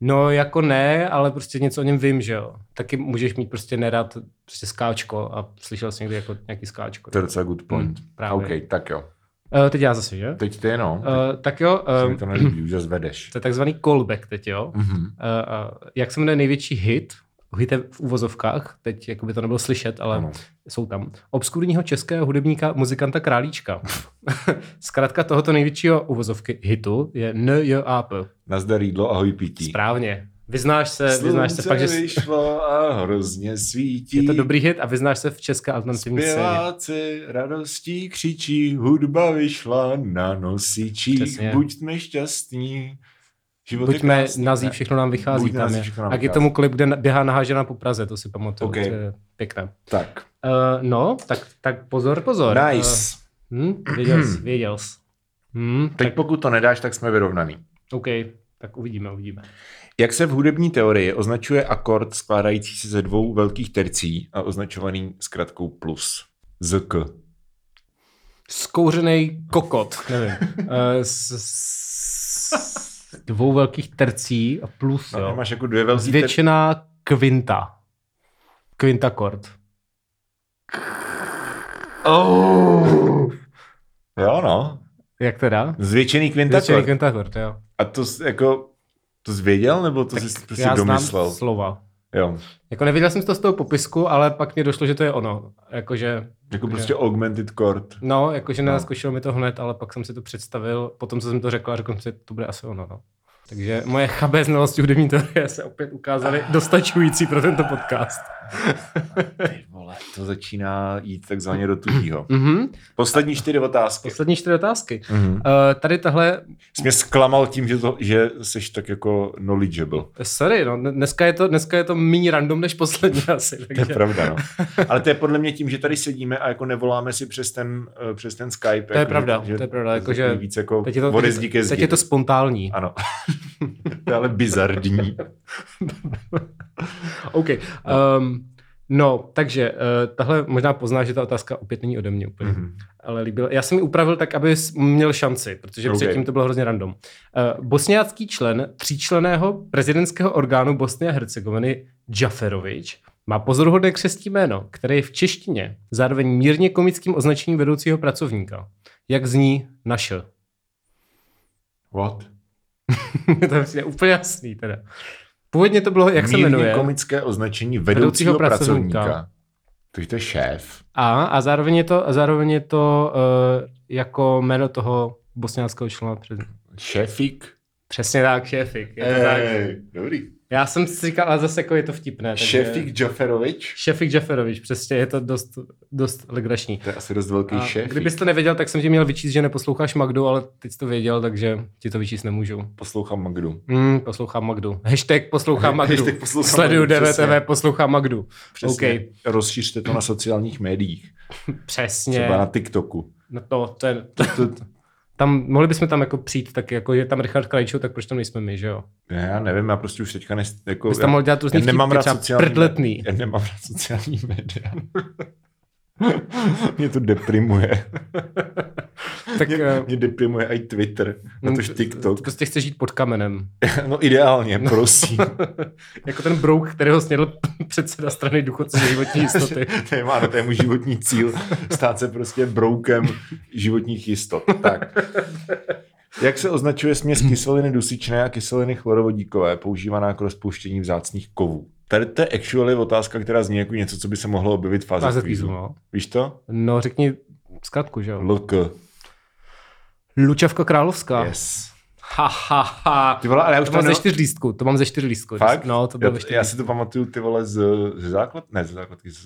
No jako ne, ale prostě něco o něm vím, že jo. Taky můžeš mít prostě nerad prostě skáčko a slyšel jsi někdy jako nějaký skáčko.
To je docela good point.
Hmm,
Hmm,
právě.
OK, tak jo.
Uh, teď já zase, že?
Teď ty no. Uh,
Uh, tak jo,
se
uh,
mi to nelíbí, už zase vedeš.
(clears throat) to je takzvaný callback teď, jo.
Mhm.
Uh, uh, jak se jmenuje největší hit, hit je v uvozovkách, teď jako by to nebylo slyšet, ale
Ano.
jsou tam. Obskurního českého hudebníka, muzikanta Králíčka. (laughs) Zkrátka tohoto největšího uvozovky hitu je NJAP.
Nazdar jídlo, ahoj pití.
Správně. Vyznáš se, Eh, vyznáš se pak, že...
vyšlo a hrozně svítí.
Je to dobrý hit a vyznáš se v české alternativní scéně.
Zpěváci radostí křičí, hudba vyšla na nosičích,
Přesně.
buďme šťastní. Život je
Buďme
krásný,
nazí,
ne?
všechno nám vychází.
Buď
tam
nazí,
je.
všechno nám
A je
vychází.
tomu klip, kde na- běhá nahážená po Praze, to si pamatuju.
Ok.
to je Pěkné.
Tak,
Uh, no, tak, tak pozor, pozor.
nice.
Uh, hm, věděl (clears throat) jsi, věděl jsi. Hm,
Teď
tak,
pokud to nedáš, tak jsme vyrovnaný.
OK, tak uvidíme, uvidíme.
Jak se v hudební teorii označuje akord skládající se ze dvou velkých tercí a označovaný zkratkou plus? ZK.
Skouřený kokot, nevím. (laughs) Uh, s, s, dvou velkých tercí a plus,
No,
jo.
máš jako dvě velké terce.
Zvětšená kvinta. Kvintakord.
Oh. Jo, no.
Jak teda?
Zvětšený
Zvětšený
kvintakord.
kvintakord, jo.
A to jsi jako, to jsi věděl, nebo to jsi prostě
Já znám
domyslel?
slova.
Jo.
Jako neviděl jsem to z toho popisku, ale pak mi došlo, že to je ono. Jakože,
Jako prostě augmented chord.
no, jakože
No.
nenaskočilo mi to hned, ale pak jsem si to představil, potom co jsem to řekl a řekl jsem si, to bude asi ono, no. Takže moje chabé Ah. znalosti hudební teorie se opět ukázaly dostačující pro tento podcast.
vole, to začíná jít takzvaně do tuhýho.
Mhm.
Poslední čtyři otázky.
Poslední čtyři otázky.
Mhm.
Eh, Tady tahle,
Jsi mě zklamal tím, že, to, že jsi tak jako knowledgeable.
sorry, no, dneska je to, dneska je to méně random než poslední (laughs) asi.
To je
Takže.
pravda, no. Ale to je podle mě tím, že tady sedíme a jako nevoláme si přes ten, eh, přes ten Skype.
To je pravda, to je pravda, jako že-
Víc jako
Teď je, to,
vody
teď,
zdi ke
je-
zdi.
teď je to spontánní.
Ano. to je
(laughs)
ale bizardní.
OK. Um, no, takže uh, tahle možná pozná, že ta otázka opět není ode mě úplně, mm-hmm.
Mhm.
ale líbil. Já jsem ji upravil tak, aby měl šanci, protože
OK.
okay. předtím to bylo hrozně random. Uh, bosniácký člen tříčleného prezidentského orgánu Bosny a Hercegoviny Džaferovič má pozoruhodné křestí jméno, které je v češtině zároveň mírně komickým označením vedoucího pracovníka. Jak zní naše?
What?
(laughs) to je vlastně úplně jasný teda. Původně to bylo, jak se
Mírně
jmenuje.
komické označení vedoucího,
Vedoucího pracovníka.
pracovníka. Takže to je šéf.
A, a zároveň je to, a zároveň je to uh, jako jméno toho bosňáckého člena. před-
Šéfik.
Přesně tak, šéfik. Je
Eh,
to tak.
Ej, dobrý.
Já jsem si říkal, ale zase jako je to vtipné. takže-
Šéfik Jaferovič.
Šéfik Jaferovič, přesně, je to dost, dost legrační.
To je asi dost velký
A
šéf.
kdybys to nevěděl, tak jsem ti měl vyčíst, že neposloucháš Magdu, ale teď jsi to věděl, takže ti to vyčíst nemůžu.
Poslouchám Magdu.
Hmm, poslouchám Magdu. Hashtag poslouchám Magdu.
Hashtag poslouchám
Sleduju
Magdu, přesně.
DVTV, poslouchám Magdu.
Přesně.
OK.
Rozšířte to na sociálních médiích.
Přesně.
Třeba na TikToku.
No to, to, je,
To, to,
tam, mohli bychom tam jako přijít, tak jako je tam Richard Krajčů, tak proč tam nejsme my, že jo?
Ne, Já nevím, já prostě už teďka nes, jako,
Bys tam mohl dělat různý
já nemám
vtipky,
rád
třeba
sociální
prdletný.
média. Já nemám rád sociální média. (laughs) mě to deprimuje.
Tak Hm.
Mě,
eh,
mě deprimuje i Twitter, na tož TikTok.
Ty prostě chceš žít pod kamenem.
(laughs) No ideálně, (laughs) prosím.
Jako ten brouk, kterého snědl (laughs) předseda strany důchodců
(laughs)
životní jistoty.
to, je, ano, to je můj životní cíl, stát se prostě broukem životních jistot. Tak. Jak se označuje směs kyseliny dusičné a kyseliny chlorovodíkové, používaná k rozpouštění vzácných kovů? Tady to je actually otázka, která zní jako něco, co by se mohlo objevit v fázi
Fáze
kvízu.
kvízu, no.
Víš to?
no řekni zkratku, že jo?
LK.
Lučavka Královská.
Yes.
Ha, ha, ha.
Ty vole, ale já už
To
to
mám ze
nemám-
čtyř lístků, to mám ze čtyř lístků.
Fakt?
No, to bylo
já,
ve čtyř
já
lístků.
si to pamatuju ty vole z, ze základ, ne ze základky, z,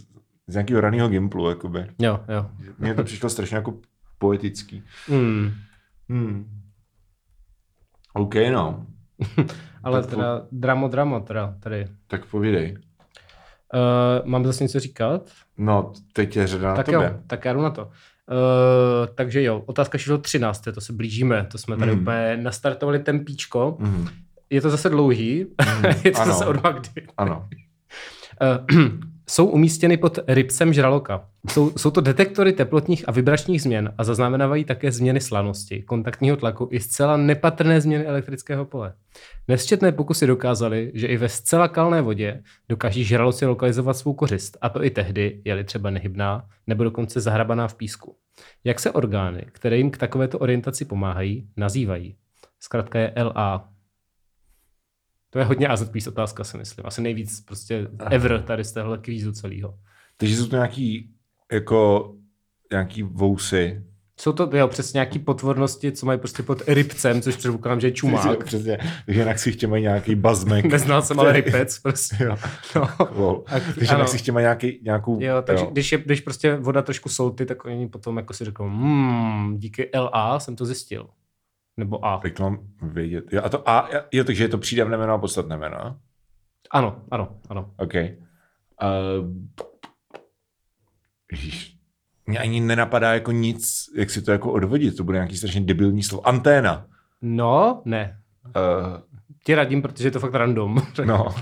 z nějakého raného gimplu, jakoby.
Jo, jo.
Mně to přišlo strašně jako poetický.
Mm.
Hmm. OK, no.
Ale
Tak-
teda dramo, dramo teda tady.
Tak povídej.
Uh, mám zase něco říkat?
No, teď je řada na
tak
tebe.
jo, tak já jdu na to. Uh, takže jo, otázka číslo 13, to se blížíme, to jsme tady
Mhm.
mm. úplně nastartovali tempíčko. (laughs)
Mhm.
Je to zase dlouhý, (laughs)
Mhm.
je to
Ano.
zase od Magdy.
Ano.
Uh, (clears throat) jsou umístěny pod rybcem žraloka. Jsou, jsou to detektory teplotních a vibračních změn a zaznamenávají také změny slanosti, kontaktního tlaku i zcela nepatrné změny elektrického pole. Nesčetné pokusy dokázaly, že i ve zcela kalné vodě dokáží žraloci lokalizovat svou kořist, a to i tehdy, je-li třeba nehybná nebo dokonce zahrabaná v písku. Jak se orgány, které jim k takovéto orientaci pomáhají, nazývají? Zkrátka je LA. To je hodně AZ quiz otázka, si myslím. Asi nejvíc prostě ever tady z téhle kvízu celého.
Takže jsou to nějaký, jako, nějaký vousy.
Jsou to jo, přesně nějaký potvornosti, co mají prostě pod rybcem, což předpokládám, že je čumák.
(laughs) Přesně. Takže na ksichtě mají nějaký bazmek.
Neznal jsem ale rypec, prostě.
Jo.
No.
(laughs) Lol. Takže na
ano.
ksichtě mají nějaký, nějakou...
Jo, takže když, je, když prostě voda trošku solty, tak oni potom jako si řeknou, hmm, díky LA jsem to zjistil. Nebo A.
Jak to mám vědět? Jo, a to A, jo, takže je to přídavné jméno a podstatné jméno.
Ano, ano, ano.
OK. Eh, Uh, mě ani nenapadá jako nic, jak si to jako odvodit. To bude nějaký strašně debilní slovo. Anténa.
No, ne.
Uh,
Ti radím, protože je to fakt random.
no.
(laughs)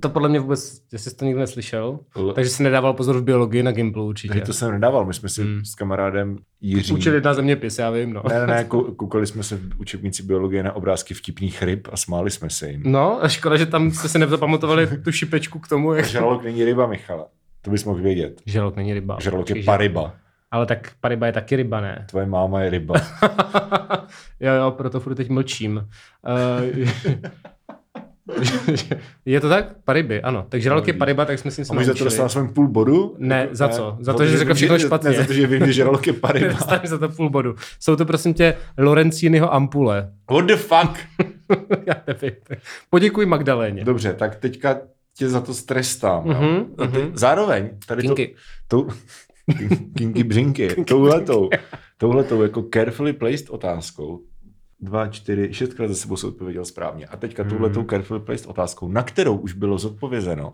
To podle mě vůbec, jestli jsi to nikdo neslyšel,
L-
takže si nedával pozor v biologii na Gimplu určitě.
Takže to jsem nedával. My jsme si
Hmm.
s kamarádem Jiřím...
Učili na zeměpis, já vím, no.
Ne, ne, ne, kou- koukali jsme se v učebnici biologie na obrázky vtipných ryb a smáli jsme se jim.
No, a škoda, že tam jste si nezapamatovali tu šipečku k tomu, jak...
Žralok není ryba, Michala. To bys mohl vědět.
Žralok není ryba.
Žralok je
Určitě.
paryba.
Ale tak paryba je taky ryba, ne?
Tvoje máma
(laughs)
je ryba.
jo, jo, proto furt teď mlčím. Eh, (laughs) je to tak? Pariby, ano. Takže žralok je pariba, tak jsme si
No, A
něco
můj za to
naučili. (laughs)
dostal svým půl bodu?
Ne,
Jako,
za co? Za to, že řekl
vím,
všechno
že-
špatně.
Ne, za to, že vím, že žralok
(laughs)
je paryba.
Dostaneš za to půl bodu. Jsou to prosím tě Lorencínyho ampule. (laughs)
What the fuck?
Já nevím. Poděkuji Magdaléně.
Dobře, tak teďka tě za to strestám.
Mhm,
jo. no. A ty,
mhm.
Zároveň tady
Kinky.
to... to
(laughs)
kinky břinky. touhletou, touhletou jako carefully placed otázkou dva, čtyři, šestkrát za sebou se odpověděl správně. A teďka
Hmm.
touhletou carefully placed otázkou, na kterou už bylo zodpovězeno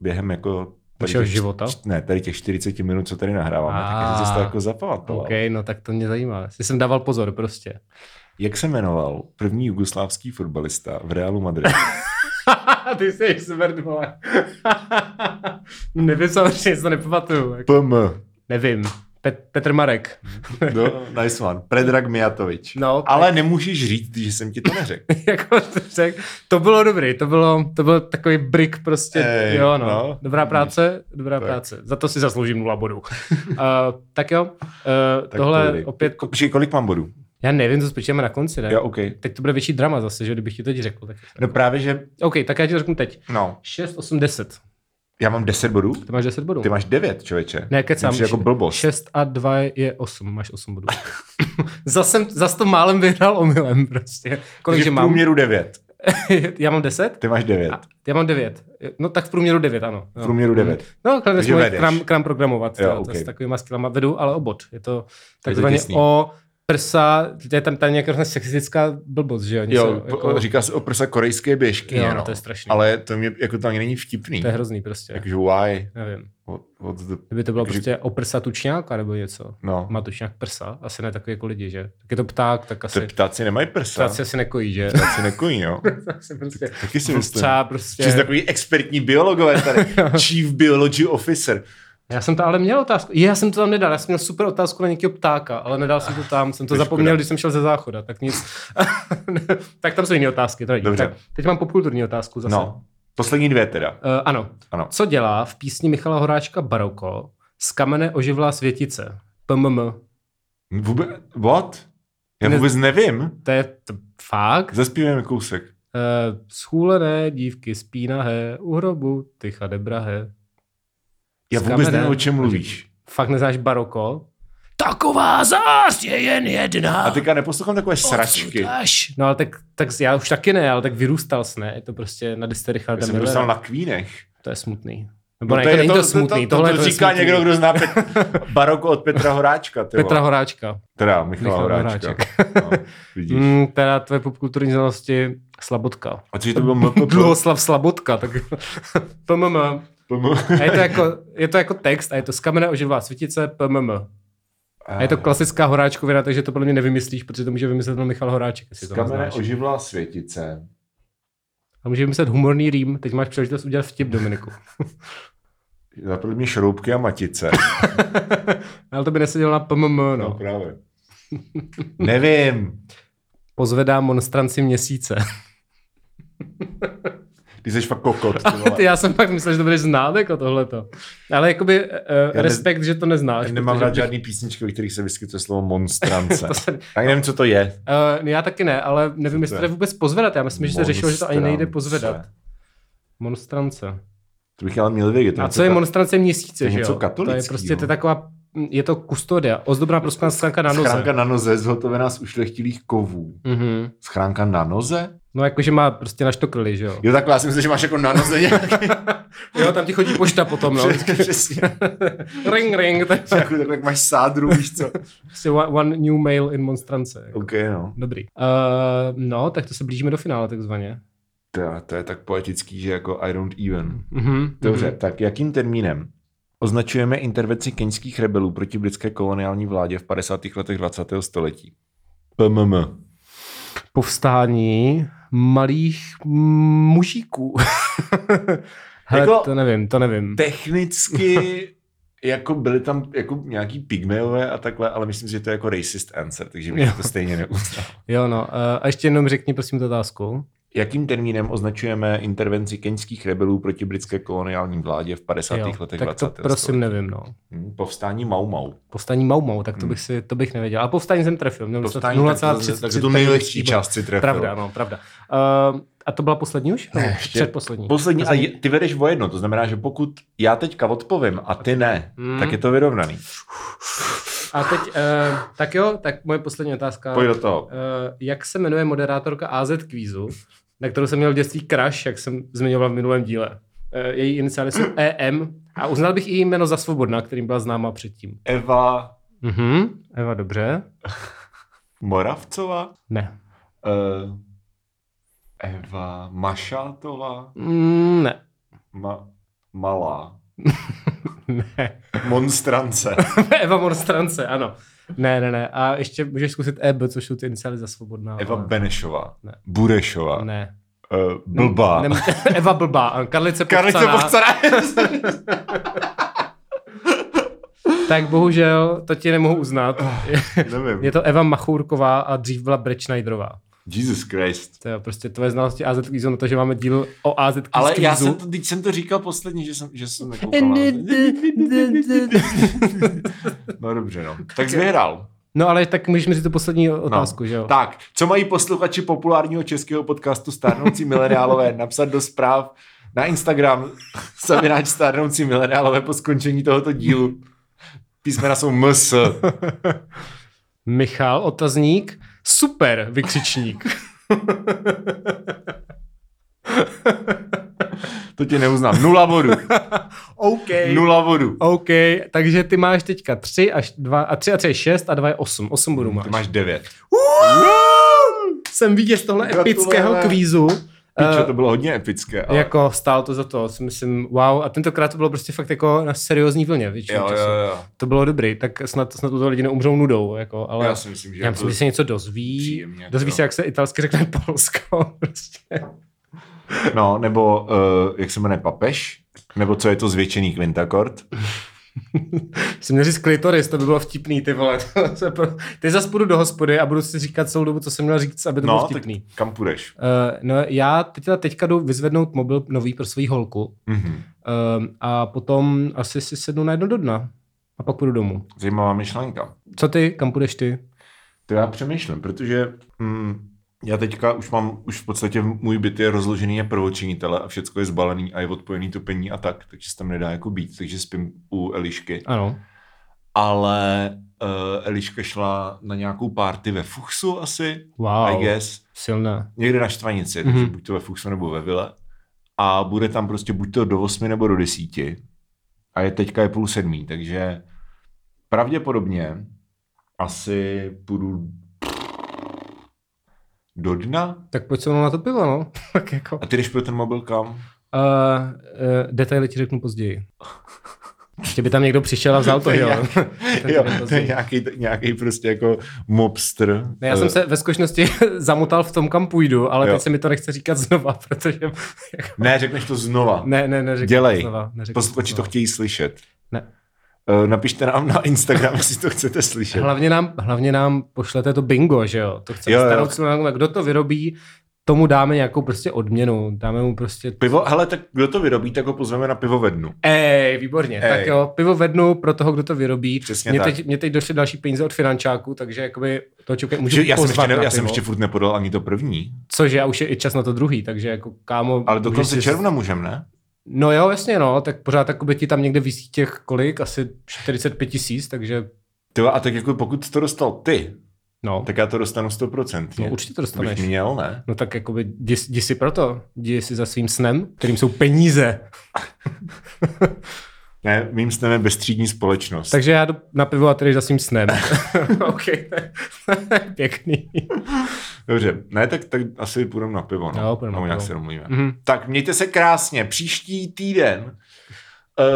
během jako... tady
Vašeho
těch-
života?
Ne, tady těch 40 minut, co tady nahráváme, tak já jsem se to
Ah.
jako zapamatoval.
OK, no tak to mě zajímá. Jsi jsem dával pozor prostě. (laughs)
Jak se jmenoval první jugoslávský fotbalista v Realu (laughs) Madrid?
Ty jsi smrt, vole. (laughs) nevím (laughs) samozřejmě, to nepamatuju. Jako.
PM.
Nevím. Pet- Petr Marek.
No, nice one. Predrag Mijatovič.
No,
Ale nemůžeš říct, že jsem ti to neřekl.
(laughs) jako to, řek, to bylo dobrý, to bylo, to byl takový brick prostě,
Ej,
jo no.
no.
Dobrá práce, dobrá
Tak.
tak. práce. Za to si zasloužím nula bodů.
(laughs)
uh, tak jo, uh,
Tak
tohle
dobrý.
opět,
Ko- Počkej, kolik mám bodů?
já nevím, co spočítáme na konci, ne?
Jo, OK.
Teď to bude větší drama zase, že jo, kdybych ti to teď řekl. Tak...
No právě, že...
OK, tak já ti to řeknu teď.
No,
6, 8, 10.
já mám 10 bodů?
Ty máš 10 bodů.
Ty máš 9, člověče.
Ne, kecám.
Jsi jako blbost.
6 a 2 je 8, máš 8 bodů. (laughs) zas, jsem, zas to málem vyhrál omylem prostě. Kolik,
Takže
že
v
mám?
průměru 9.
(laughs) já mám 10?
Ty máš 9.
A, já mám 9. No tak v průměru 9, ano.
V průměru 9.
No, kladně
Takže
jsme
vedeš.
kram, kram programovat,
Jo,
jo, to,
ok.
okay. s takovýma skillama vedu, ale obod. Je to takzvaně
těsný.
o prsa, je tam tady nějaká hrozně sexistická blbost, že jo? Něco,
Jo, jako... říká se o prsa korejské běžky.
Jo,
no,
no, to je strašný.
Ale Jako- to mě, jako to ani není vtipný.
to je hrozný prostě.
Jakože why?
Nevím.
What, what's the...
Kdyby to bylo
Takže-
prostě o prsa tučňáka nebo něco.
No,
Má tučňák prsa, asi ne takový jako lidi, že? Tak je to pták, tak asi...
to ptáci nemají prsa.
Ptáci asi nekojí,
(laughs)
že?
Ptáci
(laughs)
nekojí, jo.
Asi prostě...
Taky si myslím.
Třeba prostě...
Že jsme takový expertní
(laughs)
biologové tady. Chief Biology Officer.
Já jsem tam ale měl otázku. Já jsem to tam nedal, já jsem měl super otázku na nějakého ptáka, ale nedal jsem to tam, jsem to
to je škoda.
zapomněl, když jsem šel ze záchoda, tak nic. (laughs) tak tam jsou jiné otázky, to nevadí.
Dobře.
Tak, teď mám popkulturní otázku zase. Uh,
No, poslední dvě teda.
ano.
Ano.
Co dělá v písni Michala Horáčka Baroko z kamene oživlá světice? PMM.
Vůbec, what? Já
Ne-
vůbec nevím.
To je t- fakt?
Zaspívejme kousek.
Uh, schůlené dívky spí nahé, u hrobu tycha debrahé.
Já
Z
vůbec
kamene.
nevím, o čem mluvíš.
Fakt neznáš Baroko? Taková zář je jen jedna.
A teďka neposlouchám takové sračky.
Až. No ale tak, tak já už taky ne, ale tak vyrůstal jsi, ne? Je to prostě na desce
Já
Richarda
jsem
Millera.
dostal
Na...
na kvínech.
To je smutný. Nebo ne, to, není to, smutný, tohle
to,
je
to říká
smutný.
někdo, kdo zná Pet,
(laughs)
baroko od Petra Horáčka. Ty
Petra
Petra,
Horáčka.
teda Michala
Michal
Horáčka. No, vidíš.
Mm, teda tvoje popkulturní znalosti Slabotka.
A cože to
(laughs)
bylo MPP?
Dlouhoslav Slabotka, tak (laughs) PMM. A je to, jako, je to jako text a je to z kamene oživlá světice PMM. A je to klasická horáčkovina, takže to podle mě nevymyslíš, protože to může vymyslet jenom Michal Horáček, jestli to
Eh, Kamene
neznáš.
oživlá světice.
A může vymyslet humorný rým, teď máš příležitost udělat vtip, Dominiku.
Zapadly mě šroubky a matice.
Ale to by nesedělo na PMM, no.
No právě. Nevím.
pozvedá monstranci měsíce.
Ty jsi fakt
(laughs)
kokot. Ty
Ale
vole.
ty, já jsem pak myslel, že to budeš znát jako tohleto. Ale jakoby uh,
ne-
respekt, že to neznáš.
Já nemám
protože
rád
bych-
žádný písničky, ve kterých se vyskytuje slovo monstrance.
(laughs) To se,
Já nevím, co to je.
uh, já taky ne, ale nevím,
Co
jestli
to
to je
je?
vůbec pozvedat. Já myslím, že se řešilo, že to ani nejde pozvedat.
Monstrance.
Monstrance.
To bych ale měl vědět.
A co je monstrance
to
měsíce,
je
že
něco
jo? To je
katolického.
prostě to je taková, je to kustodia, ozdobná prospená schránka na noze.
Schránka na noze zhotovená z ušlechtilých kovů.
Mhm.
Schránka na noze?
No jakože má prostě naštokrli, že jo?
Jo, takhle já si myslím, že máš jako na noze nějaký.
Jo, tam ti chodí pošta potom, (laughs)
(laughs)
no.
Přesně.
ring, ring, to je
Nějakou takhle, jak máš sádru,
(laughs)
víš co.
prostě one, one new mail in monstrance. Jako.
OK, no.
Dobrý.
Eh,
Uh, no, tak to se blížíme do finále takzvaně.
To, je- to je tak poetický, že jako I don't even.
Mm-hmm.
Dobře, tak jakým termínem označujeme intervenci keňských rebelů proti britské koloniální vládě v 50. letech 20. století? PMM.
Povstání malých mm, mužíků. (laughs) Hele,
Jako-
jako... to nevím, to nevím. (laughs)
Technicky jako byly tam jako nějaký pygmeové a takhle, ale myslím si, že to je jako racist answer, takže
Jo.
bych to stejně neuznal.
Jo, no. Uh, a ještě jenom řekni, prosím, tu otázku.
Jakým termínem označujeme intervenci keňských rebelů proti britské koloniální vládě v 50.
Jo,
letech
tak
20.
to prosím nevím, no.
století? Hm, Povstání Mau Mau.
Povstání Maumau, tak to
Hmm.
bych si, to bych nevěděl. Ale povstání jsem trefil. Měl jsem
Povstání, tak, tak tu
0,33
nejlehčí
bod.
část si trefil.
Pravda, no, pravda. Uh, a to byla poslední už?
Ne,
Nebo
ještě-
Předposlední.
Poslední, a je- ty vedeš o jedno, to znamená, že pokud já teďka odpovím a ty ne,
Hmm.
tak je to vyrovnaný.
A teď, uh, tak jo, tak moje poslední otázka.
Pojď do toho.
Eh, jak se jmenuje moderátorka AZ Kvízu, na kterou jsem měl v dětství crush, jak jsem zmiňoval v minulém díle. eh, její iniciály (clears throat) jsou EM a uznal bych i její jméno za Svobodná, kterým byla známa předtím.
Eva
Mhm, Eva, dobře.
Moravcová?
Ne.
Uh, Eva Mašátová?
Mm, ne.
Ma, malá.
ne. (laughs)
Monstrance.
Eva Monstrance, ano. Ne, ne, ne. A ještě můžeš zkusit EB, což jsou ty iniciály za Svobodná.
(laughs) Eva
ale-
Benešová.
Ne.
Burešová.
Ne.
Uh, blbá. (laughs)
Nem, (laughs) Eva Blbá, ano. Karlice
Karlice
Povcaná.
Bochcara.
(laughs) Tak bohužel, to ti nemohu uznat.
Nevím.
Je to Eva Machůrková a dřív byla Brečnajderová.
Jesus Christ.
To je prostě tvoje znalosti AZ kvízu na to, že máme díl o AZ kvízu.
Ale já jsem to, teď jsem to říkal posledně, že jsem, že jsem nekoukal. na-
(laughs)
No dobře, no. Tak jsi vyhrál.
No ale tak můžeme říct tu poslední otázku,
no.
že jo?
Tak, co mají posluchači populárního českého podcastu
(laughs)
Stárnoucí mileniálové napsat do zpráv na Instagram (laughs) zavináč Stárnoucí mileniálové po skončení tohoto dílu. Písmena jsou ms.
Michal, otazník, super, vykřičník.
To tě neuznám. Nula bodu.
OK.
Nula bodu.
No. OK, takže ty máš teďka 3 až 2, a 3 a 3 je 6 a 2 je 8. 8 bodů máš.
Mm, Ty máš devět.
Jsem vítěz tohle
Gratulujeme.
epického kvízu.
Pičo,
Eh,
to bylo hodně epické. Ale...
Jako stál to za to, si myslím, wow. A tentokrát to bylo prostě fakt jako na seriózní vlně většinou
Jo,
času.
jo, jo.
To bylo dobrý, tak snad, snad tuto lidi neumřou nudou, jako, ale
Já si myslím, že
já
je
myslím,
to-
že se něco dozví,
příjemně, jako.
dozví
jo.
se, jak se italsky řekne (laughs) Polsko, prostě.
No, nebo uh, jak se jmenuje papež? Nebo co je to zvětšený kvintakord?
Jsem měl říct klitoris, to by bylo vtipný, ty vole. (laughs) To se pro- Ty zas půjdu do hospody a budu si říkat celou dobu, co jsem měl říct, aby to bylo
No, tak
vtipný. Tak...
kam půjdeš?
Uh, no, já teď, teďka jdu vyzvednout mobil nový pro svou holku
Mhm.
uh, a potom asi si sednu najednou do dna a pak půjdu domů.
Zajímavá myšlenka.
Co ty, kam půjdeš ty?
To já přemýšlím, protože mm, já teďka už mám, už v podstatě můj byt je rozložený na prvočinitele a všecko je zbalený a je odpojený topení a tak, takže se tam nedá jako být, takže spím u Elišky.
Ano.
Ale uh, Eliška šla na nějakou party ve Fuchsu asi,
Wow.
I guess.
Silné.
někde na Štvanici,
Mhm.
mm-hmm. takže buď to ve Fuchsu nebo ve Vile. A bude tam prostě buď to do 8 nebo do 10. A je teďka je půl sedmý, takže pravděpodobně asi půjdu do dna.
Tak pojď se mnou na to pivo, no. (laughs) tak jako.
A ty jdeš pro ten mobil kam?
Uh, uh, detaily ti řeknu později. Ještě by tam někdo přišel a vzal (laughs) to,
To je
jo.
nějak-
Ten
jo,
ten
to je
později.
nějaký, nějaký prostě jako mobster.
Ne, já jsem
Eh,
se ve (laughs) zkušenosti zamotal v tom, kam půjdu, ale
Jo.
jo. teď se mi to nechce říkat znova, protože...
Ne, řekneš to znova.
Ne, ne, neřeknu
Dělej.
to znova. neřeknu
Posluchači to
znova.
chtějí slyšet.
Ne.
Eh, Napište nám na Instagram, jestli to chcete slyšet.
Hlavně nám, hlavně nám pošlete to bingo, že jo? To chceme
Jo, jo.
starou cenu, kdo to vyrobí, tomu dáme nějakou prostě odměnu, dáme mu prostě...
Pivo, hele, tak kdo to vyrobí, tak ho pozveme na pivo ve dnu.
Ej, výborně.
Ej.
Ej. Tak jo, pivo ve dnu pro toho, kdo to vyrobí.
Přesně
mě,
tak.
teď, mě teď došly další peníze od finančáku, takže jakoby to čukaj, můžu
Že já jsem, ještě,
pozvat
ne,
na
já jsem
pivo.
ještě furt nepodal ani to první,
Což já už je i čas na to druhý, takže jako kámo...
ale do
můžeš
konce
si-
června můžem, ne?
No jo, jasně no, tak pořád jakoby ti tam někde vysí těch kolik, asi 45 tisíc, takže
Ty, a tak jako pokud to dostal ty,
no. Tak
tak já to dostanu 100%.
No, určitě to dostaneš.
Bych měl, ne?
No tak jakoby jdi, jdi si proto, jdi si za svým snem, kterým jsou peníze.
Ne, mým snem je bestřídní společnost.
Takže já jdu na pivo a tedy za svým
(laughs)
snem. (laughs) ok, (laughs) pěkný.
Dobře, ne, tak, tak asi půjdeme na pivo, no.
Jo, půjdem na
Nebo nějak
pivo.
se domluvíme.
Mhm.
Tak mějte se krásně, příští týden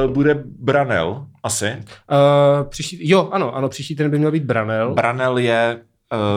uh, bude Branel, asi.
Uh, příští, jo, ano, ano, příští ten by měl být Branel.
Branel je,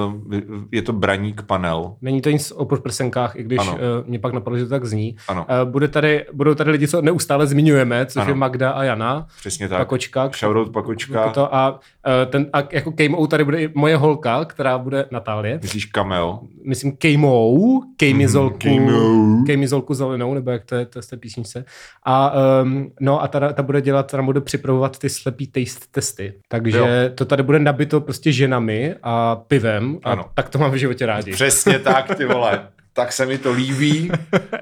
uh, je to braník panel.
Není to nic o podprsenkách, i když uh,
Ano.
mě pak napadlo, že to tak zní.
Ano,
Uh, bude tady, budou tady lidi, co neustále zmiňujeme, což
Ano.
ano. je Magda a Jana.
přesně
Tak.
tak.
Pakočka.
Shoutout Pakočka.
Jako to a, eh, ten, a jako kejmou tady bude i moje holka, která bude Natálie.
Myslíš kamel?
Myslím kejmou,
Mhm,
kejmizolku,
kejmou.
kejmizolku zelenou, nebo jak to je, to je z té písničce. A, um, no a ta, ta bude dělat, ta bude připravovat ty slepý taste testy. Takže
Jo.
jo. to tady bude nabito prostě ženami a pivem. A
Ano.
tak to mám v životě rádi.
Přesně tak, ty vole. Tak se mi to líbí. To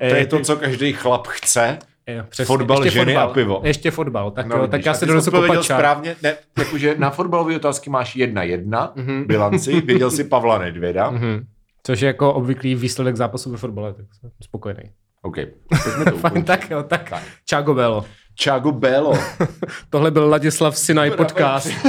je
Ej,
to,
ty-
co každý chlap chce.
Jo, Eh, přesně.
fotbal, ženy a
fotbal.
pivo. No
Ještě fotbal, tak, jo,
vidíš,
tak já jako
a
si
ty jsi
donesu
odpověděl
kopačák.
správně. Ne, jakože na fotbalové otázky máš jedna jedna bilanci, věděl si Pavla Nedvěda.
Mhm. Což je jako obvyklý výsledek zápasu ve fotbale, tak jsem spokojený.
OK,
(laughs)
pojďme
Fajn,
to ukončit.
tak jo, tak. Čágo Belo.
Čágo Bélo.
Tohle byl Ladislav Sinaj podcast.